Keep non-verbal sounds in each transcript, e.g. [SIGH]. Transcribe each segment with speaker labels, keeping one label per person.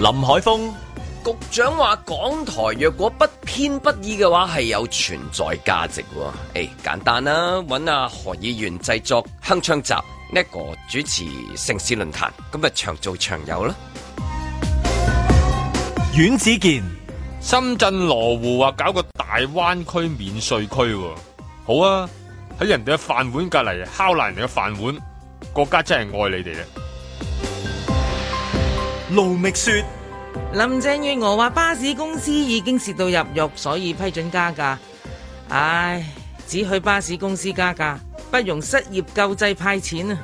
Speaker 1: 林海峰
Speaker 2: 局長話港台若果不偏不倚嘅話，係有存在價值喎。誒、簡單啦，揾阿何議員製作鏗鏘集，呢、個主持城市論壇，咁咪長做長有啦。
Speaker 1: 阮子健
Speaker 3: 深圳羅湖啊，搞個大灣區免税區喎，好啊！喺人哋嘅飯碗隔離敲爛人哋嘅飯碗，國家真係愛你哋啊咧。
Speaker 1: 盧覓雪。
Speaker 4: 林鄭月娥話巴士公司已經蝕到入肉，所以批准加價。唉，只許巴士公司加價，不容失業救濟派錢啊！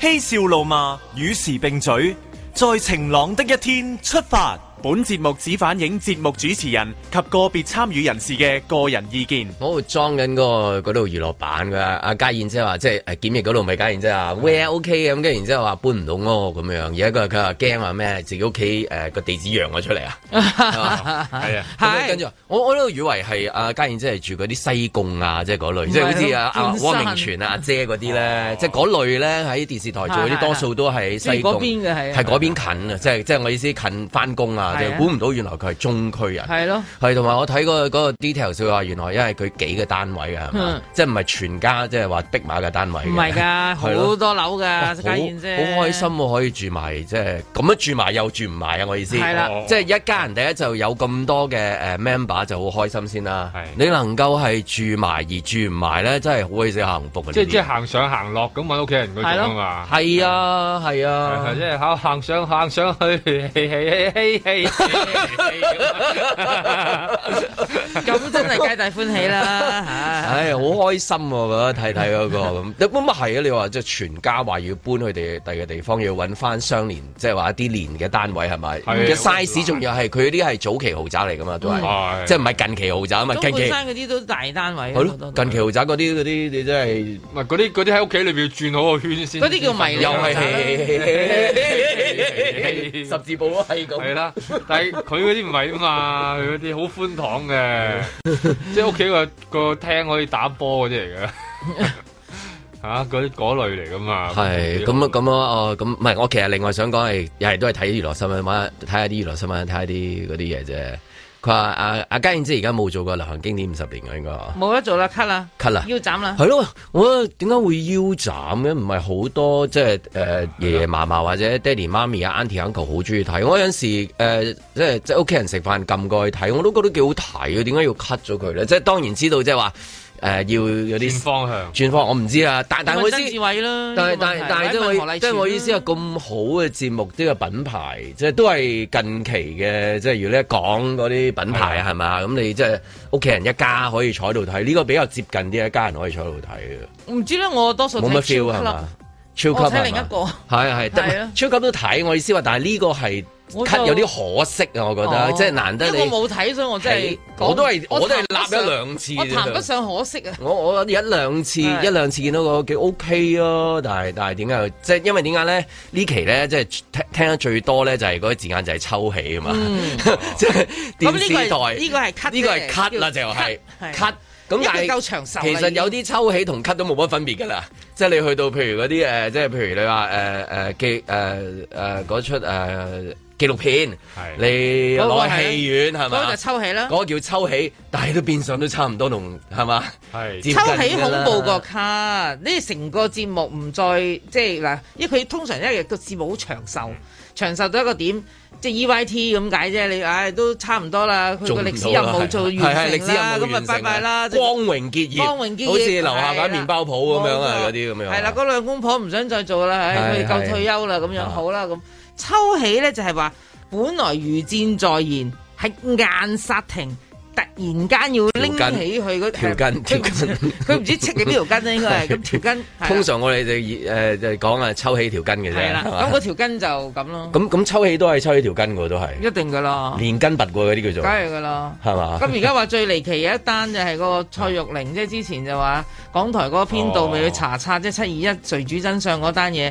Speaker 1: 嬉笑怒罵，與時並舉，在晴朗的一天出發。
Speaker 5: 本節目只反映節目主持人及個別參與人士嘅個人意見。
Speaker 2: 我喺度裝緊嗰個嗰度娛樂版㗎，阿嘉燕姐話即係誒檢疫嗰度咪嘉燕姐話 where OK 咁，跟住然之後話搬唔到屋咁樣，而家佢佢話驚話咩？自己屋企誒個地址讓咗出嚟啊，係嘛？
Speaker 3: 係啊，
Speaker 2: 咁
Speaker 4: 係
Speaker 2: 跟住話我我喺度以為係阿嘉燕姐係住嗰啲西貢啊，即係嗰類，即係好似阿阿
Speaker 4: 半山
Speaker 2: 汪明荃啊、阿姐嗰啲咧，即係嗰類咧喺電視台做嗰
Speaker 4: 哦係
Speaker 2: 啲
Speaker 4: 係
Speaker 2: 多數都係西貢
Speaker 4: 住嗰邊嘅係啊
Speaker 2: 係嗰邊近啊，即係即係我意思近翻工啊，即
Speaker 4: 係
Speaker 2: 係
Speaker 4: 啊
Speaker 2: 估唔到原來佢係中區人。
Speaker 4: 係咯，
Speaker 2: 係，同埋我睇嗰個嗰個 detail 佢話，原來因為佢幾個單位啊嘅，係嘛
Speaker 4: 嗯，
Speaker 2: 即係唔係全家，即係話逼馬嘅單位嘅。
Speaker 4: 唔係㗎，
Speaker 2: 係咯
Speaker 4: 好多樓
Speaker 2: 哇
Speaker 4: 㗎，
Speaker 2: 好
Speaker 4: 家燕姐
Speaker 2: 好開心喎，可以住埋，即係咁樣住埋又住唔埋啊！我意思，
Speaker 4: 係啦
Speaker 2: 即係一家人第一就有咁多嘅誒 member 就好開心先啦
Speaker 3: 係。
Speaker 2: 你能夠係住埋而住唔埋咧，真係好鬼死幸福嘅。
Speaker 3: 即係即係
Speaker 2: 係
Speaker 3: 行上行落咁揾屋企人嗰種啊嘛。
Speaker 2: 係啊係啊
Speaker 3: 係，即係行行上行上去，嘿嘿嘿嘿嘿
Speaker 4: 咁真係皆大歡喜啦！
Speaker 2: [LAUGHS]
Speaker 4: 唉
Speaker 2: 唉，好開心喎！我覺得睇睇嗰
Speaker 3: [LAUGHS]
Speaker 2: 個咁，咁咪係啊！你話即係全家話要搬去哋第二個地方，要揾翻相連，即係話一啲連嘅單位係咪？
Speaker 3: 係啊嗯
Speaker 2: 嘅 size 仲要係佢啲係早期豪宅嚟噶嘛，都係
Speaker 3: 係
Speaker 2: 即係唔係近期豪宅啊嘛？
Speaker 4: 中
Speaker 2: 近
Speaker 4: 半
Speaker 2: 期
Speaker 4: 山嗰啲都大單位，
Speaker 2: 係
Speaker 4: 好多
Speaker 2: 咯，
Speaker 4: 都
Speaker 2: 近期豪宅嗰啲嗰啲，你真係
Speaker 3: 唔係嗰啲嗰啲喺屋企裏邊轉好個圈先。
Speaker 4: 嗰啲叫迷你
Speaker 2: 又
Speaker 4: 豪宅啦 [LAUGHS]
Speaker 2: 係十字步咯，啊
Speaker 3: 係
Speaker 2: 係咁。
Speaker 3: 啦，但係佢嗰啲唔係啊嘛，佢嗰啲好寬敞
Speaker 4: [LAUGHS]
Speaker 3: 嘅，即係屋企個個廳可以打波嗰啲
Speaker 4: [LAUGHS]
Speaker 3: 嚟嘅，嚇嗰啲嗰類嚟噶嘛。
Speaker 2: 係咁啊，咁啊，哦，咁唔係，我其實另外想講係，又係都係睇娛樂新聞，玩睇下啲娛樂新聞，睇下啲嗰啲嘢啫。佢話阿阿嘉燕姐而家冇做過流行經典五十年嘅應該
Speaker 4: 冇得做啦，cut 啦
Speaker 2: cut 啦。
Speaker 4: 腰斬啦，
Speaker 2: 係咯，我覺得點解會腰斬嘅？唔係好多即係誒爺爺嫲嫲或者爹哋媽咪啊、auntie uncle 好中意睇。我有陣時誒、呃即係即係屋企人食飯撳過去睇，我都覺得幾好睇嘅。點解要 cut 咗佢咧？即係當然知道即係話誒要
Speaker 3: 變
Speaker 2: 有啲
Speaker 3: 方向。
Speaker 2: 轉方，我唔知啊。但但係我
Speaker 4: 我
Speaker 2: 意
Speaker 4: 曾
Speaker 2: 思
Speaker 4: 志。偉啦，
Speaker 2: 但係
Speaker 4: 呢個問
Speaker 2: 但
Speaker 4: 題
Speaker 2: 係但係即
Speaker 4: 或者
Speaker 2: 係
Speaker 4: 問何
Speaker 2: 我
Speaker 4: 麗
Speaker 2: 即係我
Speaker 4: 全
Speaker 2: 意思係
Speaker 4: 啦
Speaker 2: 咁好嘅節目，呢個品牌即係都係近期嘅，即係如果你講嗰啲品牌
Speaker 4: 啊
Speaker 2: 係嘛，咁你即係屋企人一家可以坐喺度睇，呢個比較接近啲，一家人可以坐喺度睇
Speaker 4: 唔知咧，我多數
Speaker 2: 嘅，冇乜
Speaker 4: 睇
Speaker 2: feel
Speaker 4: Chill Club
Speaker 2: 係嘛？超級
Speaker 4: 我睇
Speaker 2: 係
Speaker 4: 另一個
Speaker 2: 嘛？係
Speaker 4: 係
Speaker 2: 係
Speaker 4: 啊
Speaker 2: 得，超級都睇，我意思話，但係呢個係
Speaker 4: 我
Speaker 2: cut 有
Speaker 4: 就
Speaker 2: 啲可惜啊，我覺得
Speaker 4: 哦
Speaker 2: 即係難得
Speaker 4: 因
Speaker 2: 你
Speaker 4: 為我冇睇，所以我真係
Speaker 2: 睇我都係我都係
Speaker 4: 談不上
Speaker 2: 立一兩次
Speaker 4: 我談不
Speaker 2: 啫
Speaker 4: 上可惜啊！
Speaker 2: 我我一兩次
Speaker 4: 係
Speaker 2: 一兩次見到個幾 OK 啊，但係但係點解即係因為點解咧？呢期咧即係聽聽得最多咧就係嗰個字眼就係抽起啊嘛， [LAUGHS] 即係
Speaker 4: 嗯哦咁
Speaker 2: 電
Speaker 4: 呢
Speaker 2: 視
Speaker 4: 個係
Speaker 2: 台
Speaker 4: 呢個係 cut，
Speaker 2: 呢個係
Speaker 4: 啫
Speaker 2: cut 啦，就
Speaker 4: 叫
Speaker 2: 係
Speaker 4: cut，係
Speaker 2: cut。咁
Speaker 4: 因為
Speaker 2: 但係
Speaker 4: 夠長壽啦
Speaker 2: 其實有啲抽起同 cut 都冇乜分別㗎啦，即係你去到譬如嗰啲誒，即係譬如你話誒誒記誒誒嗰出誒紀錄片，你
Speaker 4: 嗰個
Speaker 2: 攞
Speaker 4: 係
Speaker 2: 去戲院係
Speaker 4: 嗰
Speaker 2: 嘛
Speaker 4: 個就？抽起啦，
Speaker 2: 嗰個叫抽起，但係都變相都差唔多同係嘛？
Speaker 3: 係
Speaker 2: 接近
Speaker 4: 抽起
Speaker 2: 㗎
Speaker 4: 恐
Speaker 2: 啦
Speaker 4: 怖個 cut，呢成個節目唔再即係嗱，因為佢通常一日個節目好長
Speaker 2: 嗯
Speaker 4: 壽，長壽到一個點。即係 EYT 咁解啫，你唉都差唔多啦，佢
Speaker 2: 做
Speaker 4: 個
Speaker 2: 唔到啦啊
Speaker 4: 歷史任務做完
Speaker 2: 係係歷
Speaker 4: 成
Speaker 2: 史任
Speaker 4: 啦，
Speaker 2: 務
Speaker 4: 咁咪
Speaker 2: 完
Speaker 4: 拜
Speaker 2: 成啊
Speaker 4: 拜啦。
Speaker 2: 光榮結業，
Speaker 4: 光榮結業
Speaker 2: 好似樓下擺麵包鋪咁樣啊，
Speaker 4: 係啦
Speaker 2: 嗰啲咁樣。
Speaker 4: 係啦，嗰兩公婆唔想再做啦，唉，佢
Speaker 2: 係
Speaker 4: 哋夠
Speaker 2: 係
Speaker 4: 退休啦，咁樣
Speaker 2: 啊
Speaker 4: 好啦，咁抽起咧就係話，本來如箭在弦，係硬殺停，突然間要拎
Speaker 2: 條筋
Speaker 4: 起佢嗰
Speaker 2: 條筋
Speaker 4: 係
Speaker 2: 條
Speaker 4: 佢
Speaker 2: 筋
Speaker 4: 唔知 [LAUGHS] 佢唔知戚你邊條筋咧，應
Speaker 2: [LAUGHS]
Speaker 4: 該係咁條筋。係啦
Speaker 2: 通常我哋就以誒就講啊，抽起條筋嘅啫。
Speaker 4: 係啦，
Speaker 2: 係嘛
Speaker 4: 咁嗰條筋就咁咯，
Speaker 2: 咁咁抽起都係抽起條筋嘅喎，都係
Speaker 4: 一定噶啦，
Speaker 2: 連筋拔過嗰啲叫
Speaker 4: 梗
Speaker 2: 做
Speaker 4: 係噶啦。
Speaker 2: 係嘛？
Speaker 4: 咁而家話最離奇嘅一單就係個蔡玉玲，即係之前就話港台嗰個編導咪去查察，即係七二一誰主真相嗰單嘢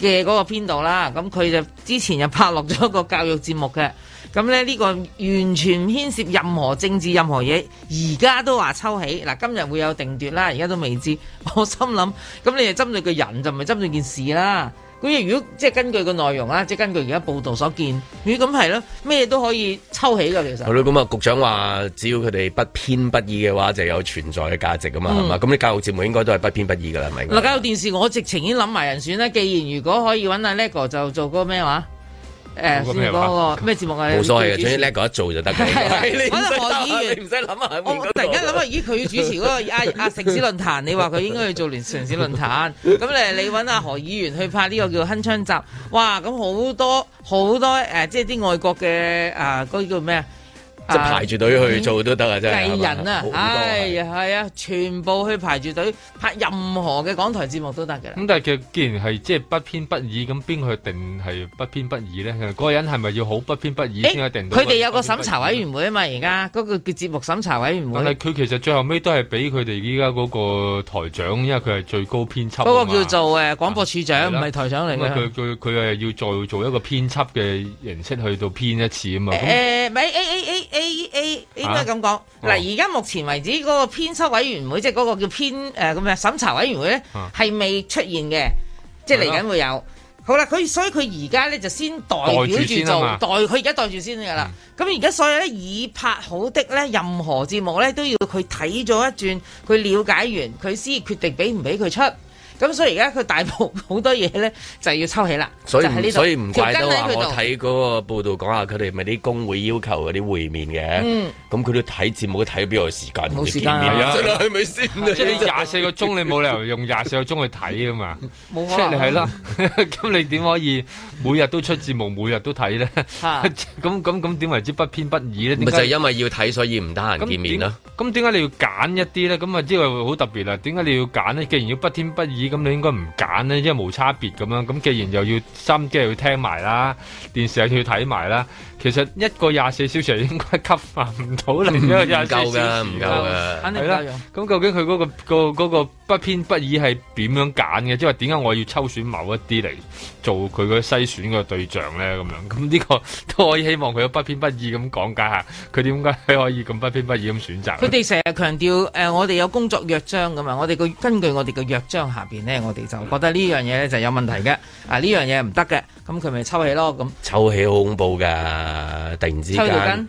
Speaker 4: 嘅嗰個編導啦。咁佢就之前就拍落咗一個教育節目嘅。咁咧呢個完全唔牽涉任何政治任何嘢，而家都話抽起嗱，今日會有定奪啦，而家都未知。我心諗，咁你係針對個人就唔係針對件事啦。咁如果即係根據個內容啊啦，即係根據而家報道所見，咦咁係咯，咩都可以抽起㗎其
Speaker 2: 係
Speaker 4: 實。
Speaker 2: 咯，咁啊，局長話只要佢哋不偏不倚嘅話，就有存在嘅價值啊噶嘛，係嘛？咁你教育節目應該都係不偏不倚噶啦，係咪？
Speaker 4: 嗱，嗯教育電視我直情已經諗埋人選啦。既然如果可以揾阿 LEGO 就做嗰個咩話，誒
Speaker 3: 做
Speaker 4: 先
Speaker 3: 個咩話
Speaker 4: 嗰個咩節目啊？
Speaker 2: 冇所謂嘅，
Speaker 4: 主持
Speaker 2: 總之叻過一做就得嘅。
Speaker 4: 係啊
Speaker 2: 係你唔
Speaker 4: 可
Speaker 2: 使
Speaker 4: 能何
Speaker 2: 諗
Speaker 4: 議員
Speaker 2: 你唔使諗下。
Speaker 4: 我突然間諗下，咦，佢要主持嗰個阿阿城市論壇，你話佢應該去做連城市論
Speaker 2: [LAUGHS]
Speaker 4: 壇，咁你你揾阿何議員去拍呢個叫《鏗鏘集》，哇！咁好多好多誒、呃即係啲外國嘅啊，嗰、啲叫咩啊？
Speaker 2: 即係排住隊去做都得啊，真係。
Speaker 4: 計人啊
Speaker 2: 係，嘛好
Speaker 4: 唉，
Speaker 2: 多啊
Speaker 4: 係啊，全部去排住隊拍任何嘅港台節目都得嘅啦。
Speaker 3: 咁但係其實既然係即係不偏不倚，咁邊個去定係不偏不倚咧？嗰個人係咪要好不偏不倚先可以定到？
Speaker 4: 佢哋有個審查委員會啊嘛，而家嗰個叫節目審查委員
Speaker 3: 但係
Speaker 4: 會，
Speaker 3: 佢其實最後尾都係俾佢哋依家嗰個台長，因為佢係最高編輯啊嘛。
Speaker 4: 嗰個叫做誒廣播處長，
Speaker 3: 係
Speaker 4: 唔
Speaker 3: 啦
Speaker 4: 係台長嚟
Speaker 3: 咁啊
Speaker 4: 嘅
Speaker 3: 佢。佢佢係要做做一個編輯嘅形式去到編一次啊
Speaker 2: 哦
Speaker 3: 嘛。咁
Speaker 4: 誒，咪 A A A A A 應該咁講。嗱，而家目前為止嗰個編輯委員會，即係嗰個叫編誒咁嘅審查委員會咧
Speaker 3: 啊，
Speaker 4: 係未出現嘅，即係嚟緊會有。好啦，佢所以佢而家咧就先代表
Speaker 3: 袋
Speaker 4: 住
Speaker 3: 住先啊
Speaker 4: 做
Speaker 3: 嘛
Speaker 4: 代，佢而家袋住先㗎
Speaker 2: 嗯
Speaker 4: 啦。咁而家所有咧已拍好的咧，任何節目咧都要佢睇咗一轉，佢了解完，佢先決定俾唔俾佢出。咁所以而家佢大部好多嘢咧就係要抽起啦，
Speaker 2: 所以
Speaker 4: 就喺
Speaker 2: 唔
Speaker 4: 呢度
Speaker 2: 所以唔怪得
Speaker 4: 條筋喺
Speaker 2: 話
Speaker 4: 佢
Speaker 2: 我
Speaker 4: 度
Speaker 2: 睇嗰個報道講下佢哋咪啲工會要求嗰啲會面嘅
Speaker 4: 嗯，
Speaker 2: 咁佢都睇節目都睇邊有時間
Speaker 4: 冇時間
Speaker 2: 見面
Speaker 3: 係啊
Speaker 2: 真係係咪先？
Speaker 3: 即係
Speaker 2: [LAUGHS]
Speaker 3: 你廿四個鐘，你冇理由用廿四個鐘去睇噶嘛？
Speaker 4: 冇
Speaker 3: 即
Speaker 4: 可
Speaker 3: 係你
Speaker 4: 能
Speaker 3: 係啦，咁你點可以每日都出節目，每日都睇咧？
Speaker 2: [LAUGHS]
Speaker 4: 嚇
Speaker 3: 咁咁咁點為之不偏不倚咧？
Speaker 2: 咪
Speaker 3: 點
Speaker 2: 就係
Speaker 3: 解
Speaker 2: 因為要睇，所以唔得閒見面啦。
Speaker 3: 咁點解你要揀一啲咧？咁啊，即係好特別啦。點解你要揀咧？既然要不偏不倚，咁你應該唔揀咧，因為無差別咁樣。咁既然又要心機又要聽埋啦，電視又要睇埋啦，其實一個廿四小時應該吸發唔到
Speaker 2: [LAUGHS]
Speaker 3: 另一個
Speaker 2: 唔
Speaker 3: 廿四小
Speaker 2: 夠
Speaker 3: 時
Speaker 2: 㗎，唔夠
Speaker 3: 㗎
Speaker 2: 㗎。
Speaker 4: 肯定
Speaker 3: 係
Speaker 4: 唔
Speaker 3: 啦
Speaker 4: 夠用。
Speaker 3: 咁究竟佢嗰、個個嗰、個不偏不倚係點樣揀嘅？即係話點解我要抽選某一啲嚟做佢個篩選個對象咧？咁樣咁呢個 [LAUGHS] 都可以希望佢有不偏不倚咁講解下，佢點解可以咁不偏不倚咁選擇
Speaker 4: 佢
Speaker 3: 呢？
Speaker 4: 哋成日強調誒、呃我哋有工作約章噶嘛，我哋個根據我哋嘅約章下邊呢，我哋就覺得呢樣嘢咧就有問題嘅，啊呢樣嘢唔得嘅，咁佢咪抽起咯咁。
Speaker 2: 抽起好恐怖噶，突然之
Speaker 4: 抽條
Speaker 2: 間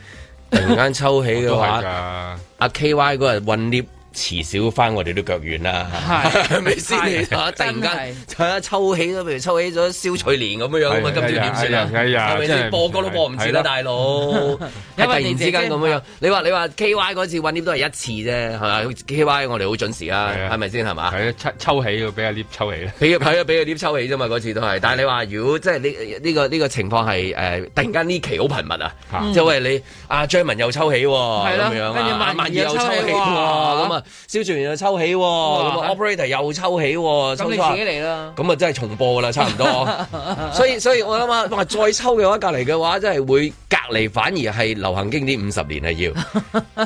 Speaker 4: 筋，
Speaker 2: 突然間抽起嘅
Speaker 3: 都係
Speaker 2: 話，啊
Speaker 3: 㗎，
Speaker 2: 阿 K Y 嗰日混 lift 遲少翻，我哋都腳軟啦，
Speaker 4: 係
Speaker 2: [LAUGHS] 係咪先？你睇下突
Speaker 4: 真係
Speaker 2: 然間，睇下抽起咗，譬如抽起咗蕭翠蓮咁樣樣，咁啊今朝點算啊？
Speaker 3: 哎呀哎呀
Speaker 2: 係咪
Speaker 3: 真係
Speaker 2: 先
Speaker 3: 唔
Speaker 2: 播歌都播唔切啦，啊
Speaker 3: 係啦
Speaker 2: 大佬！係突
Speaker 4: 因為
Speaker 2: 然
Speaker 4: 你
Speaker 2: 之
Speaker 4: 姐姐
Speaker 2: 間咁樣樣，你話你話 K Y 嗰次混 lift 都係一次啫，係咪？K Y 我哋好準時啊
Speaker 3: 係，啊
Speaker 2: 係咪先？係嘛？
Speaker 3: 係啊，抽抽起佢俾阿 lift 抽起啦。
Speaker 2: 俾係啊，俾佢啲抽起啫嘛，嗰次都係。但係你話如果即係呢呢個呢個情況係誒，突然間呢期好頻密啊，
Speaker 3: 嗯
Speaker 2: 即係喂你阿張文又抽起喎，
Speaker 4: 係咯
Speaker 2: 咁樣
Speaker 4: 跟住
Speaker 2: 啊，
Speaker 4: 萬
Speaker 2: 萬
Speaker 4: 兒
Speaker 2: 兒又
Speaker 4: 又
Speaker 2: 抽
Speaker 4: 抽
Speaker 2: 起
Speaker 4: 起
Speaker 2: 喎，
Speaker 4: 喎
Speaker 2: 咁啊，蕭傳又抽起喎，咁啊
Speaker 4: 哇
Speaker 2: ，operator 又抽起
Speaker 4: 咁
Speaker 2: 喎，抽
Speaker 4: 你
Speaker 2: 抽下
Speaker 4: 自己嚟啦。
Speaker 2: 咁啊，真係重播噶啦，差唔多。
Speaker 3: [LAUGHS]
Speaker 2: 所以所以我諗下，哇！再抽嘅話，隔離嘅話，真係會隔離，反而係流行經典五十年係 要，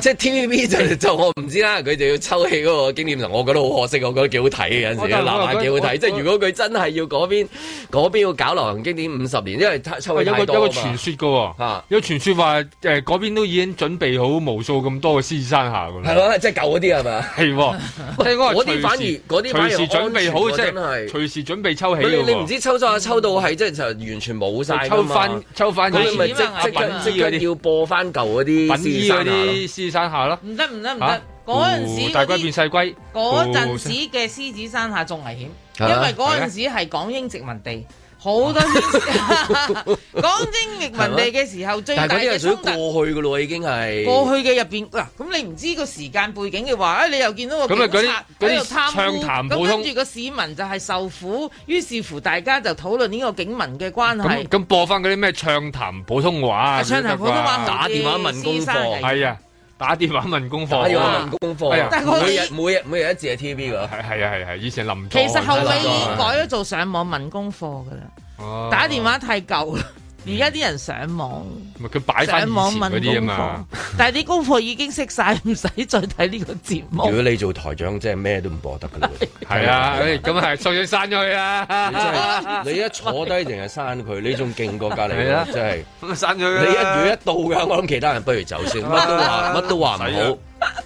Speaker 3: [LAUGHS]
Speaker 2: 即係 TVB 就就我唔知啦，佢就要抽起嗰個經典五十，我覺得好可惜，我覺得幾好睇嘅有陣時，
Speaker 3: 我就
Speaker 2: 嗱
Speaker 3: 我
Speaker 2: 嗱
Speaker 3: 就
Speaker 2: 幾好
Speaker 3: 我
Speaker 2: 睇。即係如果佢真係要嗰邊嗰邊要搞流行經典五十年，因為抽
Speaker 3: 喂
Speaker 2: 起
Speaker 3: 有個
Speaker 2: 太
Speaker 3: 有個
Speaker 2: 多啊
Speaker 3: 傳
Speaker 2: 嘛。
Speaker 3: 說㗎喎
Speaker 2: 啊，
Speaker 3: 有傳說話誒嗰邊都已經準備好無數咁多嘅獅子山下㗎啦
Speaker 2: 係。咯，即係舊嗰啲係嘛？
Speaker 3: 係
Speaker 2: [LAUGHS]
Speaker 3: 喎，即係嗰個
Speaker 2: 嗰啲反而
Speaker 3: 隨時
Speaker 2: 嗰啲反而
Speaker 3: 隨時準備好，
Speaker 2: 安全喎
Speaker 3: 即
Speaker 2: 真係
Speaker 3: 係隨時準備抽起
Speaker 2: 你
Speaker 3: 咯
Speaker 2: 你
Speaker 3: 喎
Speaker 2: 唔知抽咗抽到係即係就完全冇晒㗎
Speaker 3: 抽
Speaker 2: 嘛
Speaker 3: 翻抽翻
Speaker 2: 咁
Speaker 3: 以
Speaker 2: 你咪
Speaker 3: 前
Speaker 2: 即
Speaker 4: 阿
Speaker 2: 即刻
Speaker 4: 品
Speaker 2: 即刻
Speaker 3: 啊嗰啲
Speaker 2: 要播翻舊嗰啲
Speaker 3: 品衣嗰
Speaker 2: 先生啊
Speaker 3: 啲獅山下咯。
Speaker 4: 唔得唔得唔
Speaker 3: 嚇哦
Speaker 4: 得！嗰陣時
Speaker 3: 大龜
Speaker 4: 嗰
Speaker 3: 變
Speaker 4: 啲
Speaker 3: 細龜，哦
Speaker 4: 嗰陣時嘅獅子山下仲危險，
Speaker 2: 係啊
Speaker 4: 因為嗰陣時係港英殖民地，好多 [LAUGHS] 牽港英殖民地嘅時候最大
Speaker 2: 但係嗰啲
Speaker 4: 嘅
Speaker 2: 係屬
Speaker 4: 衝
Speaker 2: 於
Speaker 4: 突。
Speaker 2: 過去噶咯，已經係
Speaker 4: 過去嘅入邊嗱，咁你唔知個時間背景嘅話，啊你又見到個
Speaker 3: 咁啊
Speaker 4: 警
Speaker 3: 嗰
Speaker 4: 察
Speaker 3: 啲
Speaker 4: 喺
Speaker 3: 嗰啲
Speaker 4: 度貪污，
Speaker 3: 暢談普
Speaker 4: 咁
Speaker 3: 通
Speaker 4: 跟住個市民就係受苦，於是乎大家就討論呢個警民嘅關
Speaker 3: 咁
Speaker 4: 係。
Speaker 3: 咁播翻嗰啲咩暢談普通話啊，
Speaker 4: 暢談普通話
Speaker 2: 打電話問功課
Speaker 3: 係啊，打電話問功課，
Speaker 2: 打電話
Speaker 4: 啊哦
Speaker 2: 問功
Speaker 3: 哎呀
Speaker 4: 但係嗰
Speaker 2: 課，
Speaker 4: 個
Speaker 2: 每日每日每日一字係 TV 噶，
Speaker 3: 係係啊係係，以前林
Speaker 4: 其實後尾已
Speaker 2: 係
Speaker 4: 經
Speaker 2: 啦
Speaker 4: 改咗做上網問功課噶啦，
Speaker 3: 尾
Speaker 4: 打電話太舊啦。
Speaker 3: 嗯
Speaker 4: 而家啲人上網，
Speaker 3: 佢擺翻以
Speaker 4: 上網
Speaker 3: 前
Speaker 4: 問
Speaker 3: 嗰啲啊
Speaker 4: 功
Speaker 3: 嘛
Speaker 4: 課，，但係啲功課已經識晒，唔使再睇呢個節
Speaker 3: [LAUGHS]
Speaker 2: 如
Speaker 4: 目。
Speaker 2: 果你做台長，真係咩都唔播得噶啦。
Speaker 4: [LAUGHS]
Speaker 3: 係啊，哎咁係索性刪咗啊佢啦，
Speaker 2: 你真係你一坐低淨係刪佢，你仲勁過隔離
Speaker 3: 係啊
Speaker 2: 喎，真係。
Speaker 3: 咁刪咗佢
Speaker 2: 你一語
Speaker 3: 啦
Speaker 2: 一到㗎，我諗其他人不如走先，
Speaker 4: 啊
Speaker 2: 乜都話乜都話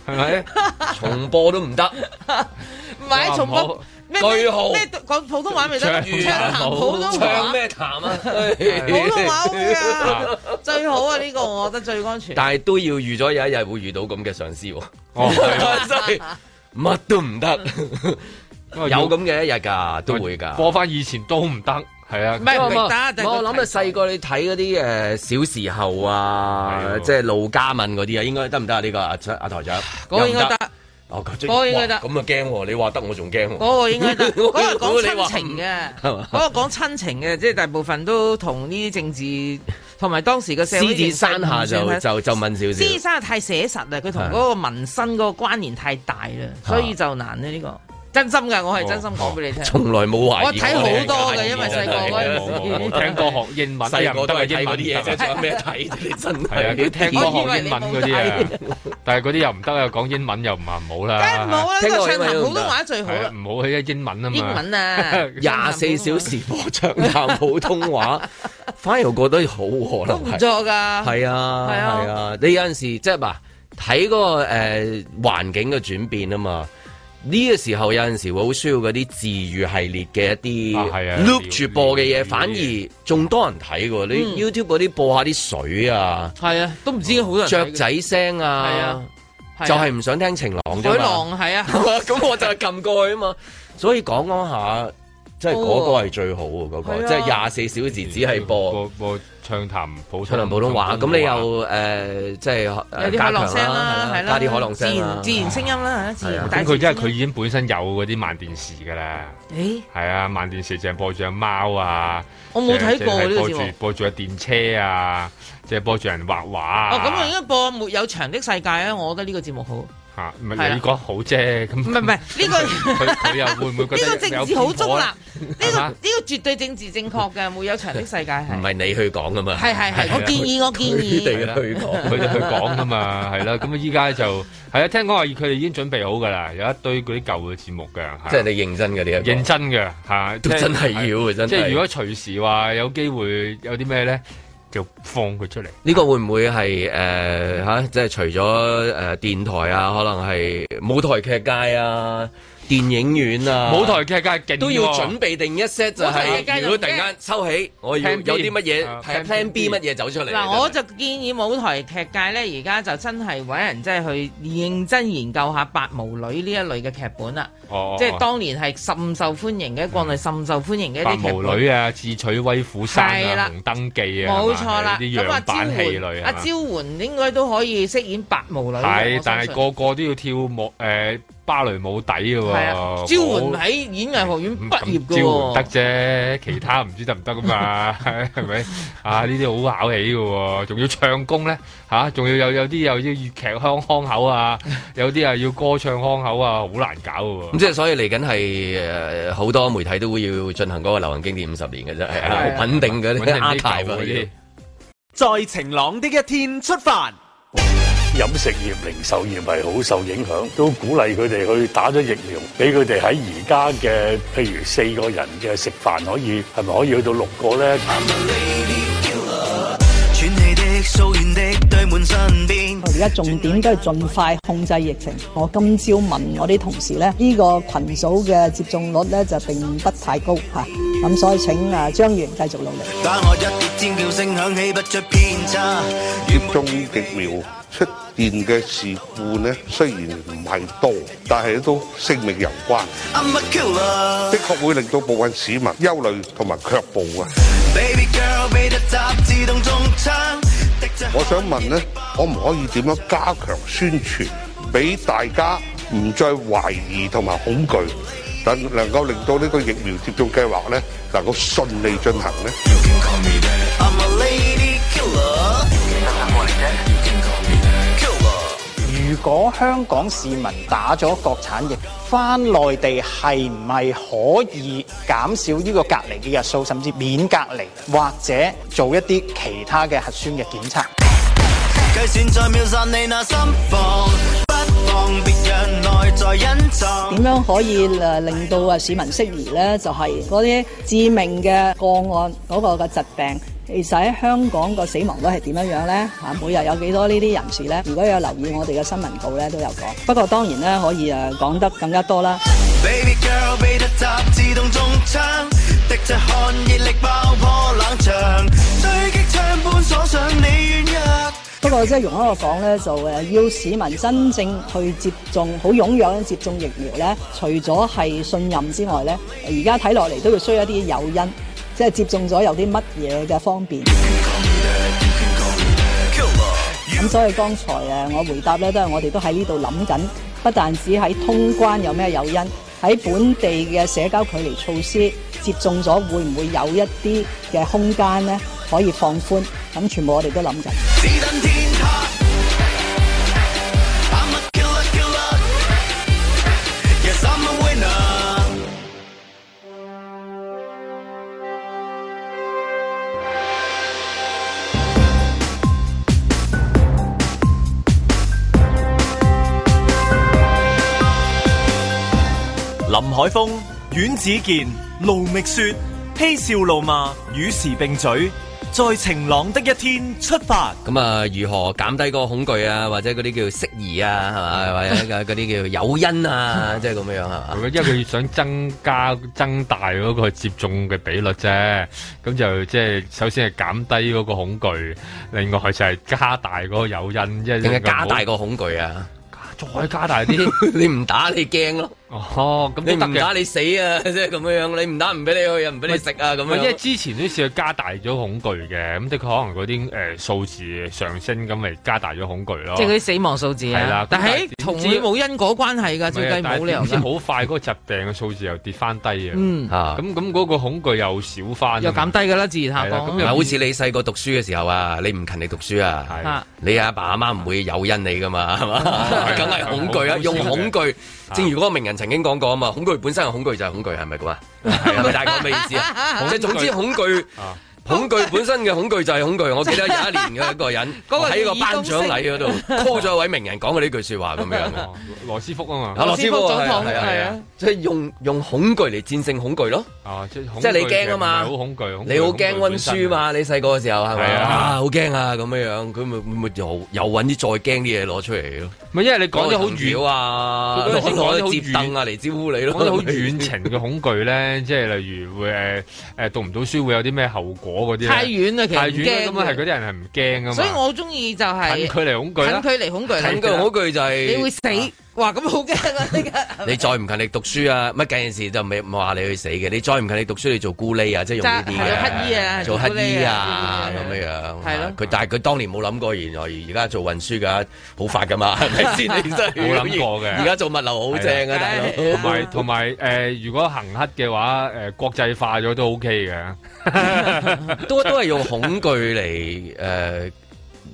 Speaker 2: 唔
Speaker 3: 係啊
Speaker 2: 好，重播都唔得。
Speaker 4: 唔係
Speaker 3: 哇
Speaker 4: 重
Speaker 3: 唔好
Speaker 4: 播，唔咩
Speaker 2: 句號
Speaker 4: 咩講普通話咪得，
Speaker 3: 唱
Speaker 4: 暢談普通
Speaker 2: 唱
Speaker 4: 話，
Speaker 2: [LAUGHS] 咩談啊？
Speaker 4: 普 [LAUGHS]
Speaker 2: [LAUGHS] 普
Speaker 4: 通話 OK 啊，最好啊呢個我覺得最安全。
Speaker 2: 但係都要預咗有一日會遇到咁嘅上司喎， [LAUGHS]
Speaker 3: 哦，
Speaker 2: 真係乜都
Speaker 3: [LAUGHS]
Speaker 2: 唔得，
Speaker 3: 哦
Speaker 2: 有咁嘅一日㗎， [LAUGHS] 都會㗎。
Speaker 3: 播翻以前都唔得，係啊，
Speaker 4: 唔係
Speaker 2: 唔
Speaker 4: 唔
Speaker 2: 係
Speaker 4: 得，
Speaker 2: 唔係我諗啊，細個你睇嗰啲誒小時候啊
Speaker 3: 係，喎
Speaker 2: 即係路家敏嗰啲啊，應該得唔得啊？呢個阿阿台長，
Speaker 4: 嗰個應該
Speaker 2: 又唔
Speaker 4: 得，，
Speaker 2: 哦咁即係
Speaker 4: 嗰個應該
Speaker 2: 哇
Speaker 4: 得
Speaker 2: 咁啊驚喎！你話得我仲驚喎，
Speaker 4: 嗰個應
Speaker 2: [LAUGHS]
Speaker 4: 該得，嗰個係講
Speaker 2: 你話
Speaker 4: 親情嘅，
Speaker 2: 係嘛
Speaker 4: 嗰個講親情嘅，即係大部分都同呢啲政治同埋當時嘅社會
Speaker 2: 獅子山下
Speaker 4: 形勢唔
Speaker 2: 就
Speaker 4: 算係
Speaker 2: 就就問少
Speaker 4: 獅子
Speaker 2: 少。
Speaker 4: 山下太寫實啦，佢同嗰個民生嗰個關聯太大啦，所以就難咧呢個。真心㗎，我係真心
Speaker 2: 哦
Speaker 4: 講俾你
Speaker 2: [LAUGHS]
Speaker 4: 聽。
Speaker 2: 從來冇懷疑
Speaker 4: 我哎睇好多嘅
Speaker 2: 哋
Speaker 4: 因為
Speaker 2: 真係
Speaker 4: 細個嗰陣時
Speaker 3: 冇冇冇聽過學英文，
Speaker 2: 細
Speaker 3: 哎呀
Speaker 2: 個
Speaker 3: 唔
Speaker 2: 都
Speaker 3: 得啊
Speaker 2: 係
Speaker 3: 英
Speaker 2: 睇嗰
Speaker 3: 文
Speaker 2: 啲
Speaker 3: [LAUGHS]
Speaker 2: 嘢
Speaker 3: 啫。
Speaker 2: 啫，仲有咩睇啫？你真
Speaker 3: 係啊，
Speaker 2: 係
Speaker 3: 佢聽過學英文嗰啲
Speaker 4: 我以為
Speaker 3: 啊，但係嗰啲又唔得啊，講英文又唔係唔好啦。
Speaker 4: 梗係唔好啦，呢
Speaker 2: 聽
Speaker 4: 個
Speaker 2: 過
Speaker 4: 暢
Speaker 2: 英
Speaker 4: 談
Speaker 2: 文
Speaker 4: 普通話最好
Speaker 3: 係啊，
Speaker 4: 啦，
Speaker 3: 唔好起英文啊嘛。
Speaker 4: 英文啊，
Speaker 2: 廿四小時播唱談普通
Speaker 4: [LAUGHS]
Speaker 2: 話，反而我覺得好
Speaker 4: 都
Speaker 2: 可能
Speaker 4: 唔
Speaker 2: 係。
Speaker 4: 錯㗎。係
Speaker 2: 係啊，
Speaker 4: 啊
Speaker 2: 係啊，你有陣時即係嗱，睇嗰個誒環境嘅轉變啊嘛。呢個時候有陣時會好需要嗰啲治愈系列嘅一
Speaker 3: 啊係啊
Speaker 2: 啲 loop 住播嘅
Speaker 3: 療療
Speaker 2: 嘢，反而仲多人睇喎。
Speaker 4: 嗯
Speaker 2: 你 YouTube 嗰啲播下啲水啊、
Speaker 4: 係啊，都唔知好多人
Speaker 2: 雀
Speaker 4: 睇嘅
Speaker 2: 仔聲
Speaker 4: 係
Speaker 2: 啊
Speaker 4: 啊，
Speaker 2: 就係唔想聽晴朗啫
Speaker 4: 海
Speaker 2: 嘛。
Speaker 4: 浪係啊。
Speaker 2: [LAUGHS]
Speaker 4: [LAUGHS]
Speaker 2: 咁我就係撳過去啊嘛。所以講講下，即係嗰個係最好喎，嗰
Speaker 4: 哦係
Speaker 2: 個
Speaker 4: 啊
Speaker 2: 即係廿四小時只係播。
Speaker 3: 嗯播播暢談普
Speaker 2: 出嚟普通話，咁你又誒即係
Speaker 4: 有
Speaker 2: 有
Speaker 4: 啲海浪聲啦，係啦，
Speaker 2: 加啲海浪聲
Speaker 4: 自
Speaker 2: 啦啊
Speaker 4: 然自然聲音啦，自
Speaker 2: 係
Speaker 4: 然
Speaker 2: 啊
Speaker 4: 大
Speaker 3: 咁
Speaker 4: 自
Speaker 3: 佢
Speaker 4: 然
Speaker 3: 因為佢
Speaker 4: 聲音
Speaker 3: 已經本身有嗰啲慢電視㗎啦，
Speaker 4: 誒，
Speaker 3: 係啊，慢電視淨係播住只貓啊，
Speaker 4: 我冇睇過
Speaker 3: 淨係
Speaker 4: 呢個
Speaker 3: 播
Speaker 4: 節
Speaker 3: 住
Speaker 4: 目。
Speaker 3: 播住只電車啊，即係播住人畫畫啊。
Speaker 4: 哦，咁我應該播《沒有牆的世界》啊！我覺得呢個節目
Speaker 3: [LAUGHS]
Speaker 4: 好，唔
Speaker 3: 嚇，唔
Speaker 4: 係啊
Speaker 3: 係
Speaker 4: 啦
Speaker 3: 你講好啫，咁唔
Speaker 4: 係唔係呢個
Speaker 3: 佢佢又會唔會覺
Speaker 4: 呢
Speaker 3: 得
Speaker 4: 個
Speaker 3: 有
Speaker 4: 政治好
Speaker 3: 偏頗
Speaker 4: 中立，
Speaker 3: 咧
Speaker 4: 呢個呢個絕對政治正確嘅《沒有牆的世界》係
Speaker 2: 唔係你去講噶嘛？
Speaker 4: 係係嗯係，我建議我建
Speaker 2: [LAUGHS] 佢
Speaker 4: 議
Speaker 2: 哋去講。
Speaker 3: 啊佢哋去講噶嘛，
Speaker 4: [LAUGHS]
Speaker 3: 係啦。咁啊依家就係啊，聽講話佢哋已經準備好噶啦，有一堆嗰啲舊嘅節目嘅，係
Speaker 2: 即係你認真嘅呢一個
Speaker 3: 認真嘅嚇，
Speaker 2: 都
Speaker 3: 即係
Speaker 2: 真係要啊！真
Speaker 3: 即係如
Speaker 2: 係。
Speaker 3: 果隨時話有機會有啲咩咧，就放佢出嚟。
Speaker 2: 呢個會唔會係誒嚇？即係除咗誒電台啊，可能係舞台劇界啊、電影院啊、
Speaker 3: 舞台劇界勁
Speaker 2: 都要
Speaker 3: 喎
Speaker 2: 準備定一 set 就
Speaker 4: 舞台劇
Speaker 2: 係，
Speaker 4: 界
Speaker 2: 如
Speaker 4: 就
Speaker 2: 果突然間收起，我要
Speaker 3: Plan
Speaker 2: 有
Speaker 3: B
Speaker 2: 啲乜嘢
Speaker 3: 啊
Speaker 2: 係
Speaker 3: Plan
Speaker 2: plan B
Speaker 3: B
Speaker 2: 乜嘢走出嚟。
Speaker 4: 嗱，我就建議舞台劇界咧，而家就真係揾人真係去認真研究下《白毛女》呢一類嘅劇本啦。
Speaker 3: 哦，
Speaker 4: 即係
Speaker 3: 哦
Speaker 4: 當年係甚受歡迎嘅，國內甚受歡迎嘅一
Speaker 3: 白
Speaker 4: 啲劇
Speaker 3: 毛
Speaker 4: 本。
Speaker 3: 女啊、智取威虎山
Speaker 4: 係啦
Speaker 3: 啊、紅燈記啊，
Speaker 4: 冇
Speaker 3: 係
Speaker 4: 錯
Speaker 3: 嘛
Speaker 4: 啦，
Speaker 3: 呢啲
Speaker 4: 咁
Speaker 3: 樣
Speaker 4: 啊，招
Speaker 3: 板戲
Speaker 4: 媛
Speaker 3: 類
Speaker 4: 阿
Speaker 3: 係嘛
Speaker 4: 招媛應該都可以飾演白毛女嘅。
Speaker 3: 係
Speaker 4: 我，相
Speaker 3: 但係
Speaker 4: 信
Speaker 3: 個個都要跳舞誒芭蕾舞底嘅喎。
Speaker 4: 係啊，招媛
Speaker 3: 好
Speaker 4: 喺演藝學院畢業嘅
Speaker 3: 嗯招
Speaker 4: 喎。
Speaker 3: 得啫，其他唔知得唔得噶嘛，
Speaker 2: [LAUGHS]
Speaker 3: 係咪？啊，呢啲好考起嘅喎，仲要唱功咧嚇，啊仲、要有有啲又要粵劇腔腔口
Speaker 2: [LAUGHS]
Speaker 3: 啊，有啲啊要歌唱腔口啊，好難搞嘅
Speaker 2: 咁 [LAUGHS]
Speaker 3: 喎。
Speaker 2: 即係所以嚟緊係誒好多媒體都會要進行嗰個流行經典五十年嘅啫，係啊
Speaker 4: 係
Speaker 2: 穩定嗰
Speaker 3: 穩
Speaker 2: 啲
Speaker 3: 定啲舊
Speaker 2: archive 嗰
Speaker 3: 嗰
Speaker 2: 啲
Speaker 3: 啲。
Speaker 5: 在晴朗的一天出發。
Speaker 6: 飲食業、零售業係好受影響，都鼓勵佢哋去打咗疫苗，俾佢哋喺而家嘅譬如四個人嘅食飯可以係咪可以去到六個咧？
Speaker 7: 喘氣的、騷擾的堆滿身邊。
Speaker 8: 而家重點都係盡快控制疫情。我今朝問我啲同事咧，呢、個群組嘅接種率咧就並不太高嚇，咁、所以請啊張員繼續努力。
Speaker 7: 打我一碟尖叫聲響起，不出偏差。
Speaker 9: 接種疫苗出現嘅事故呢，雖然唔係多，但係都性命攸關，
Speaker 7: I'm a killer,
Speaker 9: 的確會令到部分市民憂慮同埋卻步啊！
Speaker 7: baby girl，被突襲自動中槍。
Speaker 9: 我想問呢，可唔可以點樣加強宣傳，俾大家唔再懷疑同埋恐懼，能能夠令到呢個疫苗接種計劃呢，能夠順利進行呢？
Speaker 7: I'm a lady killer。
Speaker 10: 如果香港市民打咗國產疫，翻內地係唔係可以減少呢個隔離嘅日數，甚至免隔離，或者做一啲其他嘅核酸嘅檢測？
Speaker 7: 計算在秒殺你那心房，不妨別讓內在隱藏。
Speaker 8: 點樣可以誒令到啊市民適宜咧？就係嗰啲致命嘅個案嗰個嘅疾病其實喺香港個死亡率係點樣樣呢？嚇，每日有幾多呢啲人士呢？如果有留意我哋嘅新聞稿呢，都有講。不過當然呢，可以誒講得更加多啦。
Speaker 7: Baby girl，被突襲自動中槍，滴着汗熱力爆破冷場，追擊槍般鎖上你軟弱。
Speaker 8: 不過即係容許我講咧，就誒要市民真正去接種，好踴躍咁接種疫苗咧，除咗係信任之外咧，而家睇落嚟都要需要一啲誘因，即係接種咗有啲乜嘢嘅方便。咁所以剛才誒我回答咧，都係我哋都喺呢度諗緊，不但止喺通關有咩誘因，喺本地嘅社交距離措施接種咗，會唔會有一啲嘅空間咧可以放寬？咁全部我哋都諗緊。
Speaker 7: Killer, killer. Yes, I'm a winner.
Speaker 1: 林海峰、阮子健、卢觅雪，嬉笑怒骂，与时并举，在晴朗的一天出发。
Speaker 2: 咁啊，如何減低個恐懼啊，或者嗰啲叫適宜
Speaker 3: [LAUGHS]
Speaker 2: 啊，係嘛，或者嗰啲叫誘因啊，即係咁樣係嘛？
Speaker 3: 因為佢想增加增大嗰個接種嘅比率啫，咁就即係首先係減低嗰個恐懼，另外就係加大嗰個誘因，即係
Speaker 2: 定係加大個恐懼啊？
Speaker 3: 再加大啲，
Speaker 2: [LAUGHS] 你唔打你驚咯。
Speaker 3: 哦，咁
Speaker 2: 你
Speaker 3: 都得嘅
Speaker 2: 唔打你死啊！即係咁樣樣，你唔打唔俾你去啊，唔俾你食啊咁
Speaker 3: 唔係
Speaker 2: 樣。
Speaker 3: 因為之前都試過加大咗恐懼嘅，咁的確可能嗰啲誒數字上升，咁咪加大咗恐懼咯。
Speaker 4: 即係嗰啲死亡數字
Speaker 3: 係啦
Speaker 4: 啊
Speaker 3: 咁，但
Speaker 4: 但
Speaker 3: 係
Speaker 4: 係
Speaker 3: 點知
Speaker 4: 同佢冇因果關係㗎，照計冇理由
Speaker 3: 唔啊係但係點知
Speaker 4: 㗎。
Speaker 3: 好快嗰個疾病嘅數字又跌翻低啊！
Speaker 4: 嗯
Speaker 2: 啊
Speaker 3: 咁咁嗰個恐懼又少啊翻，
Speaker 4: 又減低㗎啦，自然下
Speaker 3: 係啦
Speaker 4: 降
Speaker 3: 咁
Speaker 2: 唔係
Speaker 3: 又
Speaker 2: 好似你細個讀書嘅時候啊，你唔勤力讀書
Speaker 3: 係
Speaker 2: 啊
Speaker 4: 啊，
Speaker 2: 你阿爸阿媽唔會誘因你
Speaker 3: [LAUGHS]
Speaker 2: 噶嘛，係嘛？
Speaker 3: 係
Speaker 2: 梗係恐懼啊，
Speaker 3: 係
Speaker 2: 用
Speaker 3: 好啊
Speaker 2: 恐懼。正如嗰個名人曾經講過啊嘛，恐懼本身係恐懼就係恐懼，係咪
Speaker 3: [LAUGHS]
Speaker 2: 咁啊？係咪大概咩意思啊？
Speaker 3: 恐懼
Speaker 2: 即係總之恐懼
Speaker 3: 啊。
Speaker 2: 恐懼本身嘅恐懼就係恐懼，我記得有一年嘅一個人
Speaker 3: [LAUGHS]
Speaker 4: 嗰個
Speaker 2: 喺個頒獎禮嗰度 call 咗一位名人講過呢句説話咁樣
Speaker 3: [LAUGHS]
Speaker 2: 嘅。
Speaker 3: 哦羅斯福啊
Speaker 2: 阿
Speaker 3: 嘛，
Speaker 2: 羅斯福
Speaker 4: 羅斯福總
Speaker 2: 係啊
Speaker 4: 統
Speaker 2: 係啊係
Speaker 4: 係
Speaker 2: 啊
Speaker 4: 啊，
Speaker 2: 即係用用恐懼嚟戰勝恐懼咯。
Speaker 3: 啊即係
Speaker 2: 即係你驚啊嘛
Speaker 3: 好恐懼，恐懼啊
Speaker 2: 你好驚温書？嘛？你細個嘅時候係咪
Speaker 3: 係啊
Speaker 2: 啊？好驚啊咁樣樣，佢咪咪又又揾啲再驚啲嘢攞出嚟咯。
Speaker 3: 恐懼本身唔係因為你講咗好遠
Speaker 2: 遠啊，
Speaker 3: 佢嗰陣時
Speaker 2: 攞攞
Speaker 3: 講得好
Speaker 2: 啲摺凳啊嚟招呼你咯，
Speaker 3: 講到好
Speaker 2: [LAUGHS]
Speaker 3: 遠情嘅恐懼咧， [LAUGHS] 即係例如會誒誒讀唔到書會有啲咩後果嗰啲咧
Speaker 4: 太遠啦，其
Speaker 3: 太
Speaker 4: 實
Speaker 3: 遠啦，
Speaker 4: 唔
Speaker 3: 咁啊係嗰
Speaker 4: 驚
Speaker 3: 啲
Speaker 4: 嘅。
Speaker 3: 人係唔驚噶嘛。
Speaker 4: 所以我中意就係
Speaker 3: 近距離恐懼啦
Speaker 4: 近，距離恐懼啦，
Speaker 2: 近句嗰句就
Speaker 4: 你
Speaker 2: 係
Speaker 4: 會死。
Speaker 3: 啊
Speaker 4: 哇！咁好驚啊！呢個
Speaker 2: [LAUGHS] 你再唔勤力讀書啊，乜嗰陣時就未唔話你去死嘅。你再唔勤力讀書，你做咕喱啊，即係用呢啲
Speaker 4: 係做
Speaker 2: 嘅
Speaker 4: 乞衣啊
Speaker 2: 做乞衣
Speaker 4: 做咕喱
Speaker 2: 啊咁樣樣。
Speaker 4: 係咯
Speaker 2: 佢但係佢當年冇諗過，原來而家做運輸㗎好發
Speaker 4: [LAUGHS]
Speaker 2: 㗎嘛，係咪先？你真係
Speaker 3: 冇諗過嘅
Speaker 2: [LAUGHS] 而家做物流好正啊，大佬。
Speaker 3: 同埋同埋呃誒，如果行乞嘅話，誒國際化咗都 OK 嘅。
Speaker 2: [LAUGHS] 都都係用恐懼嚟誒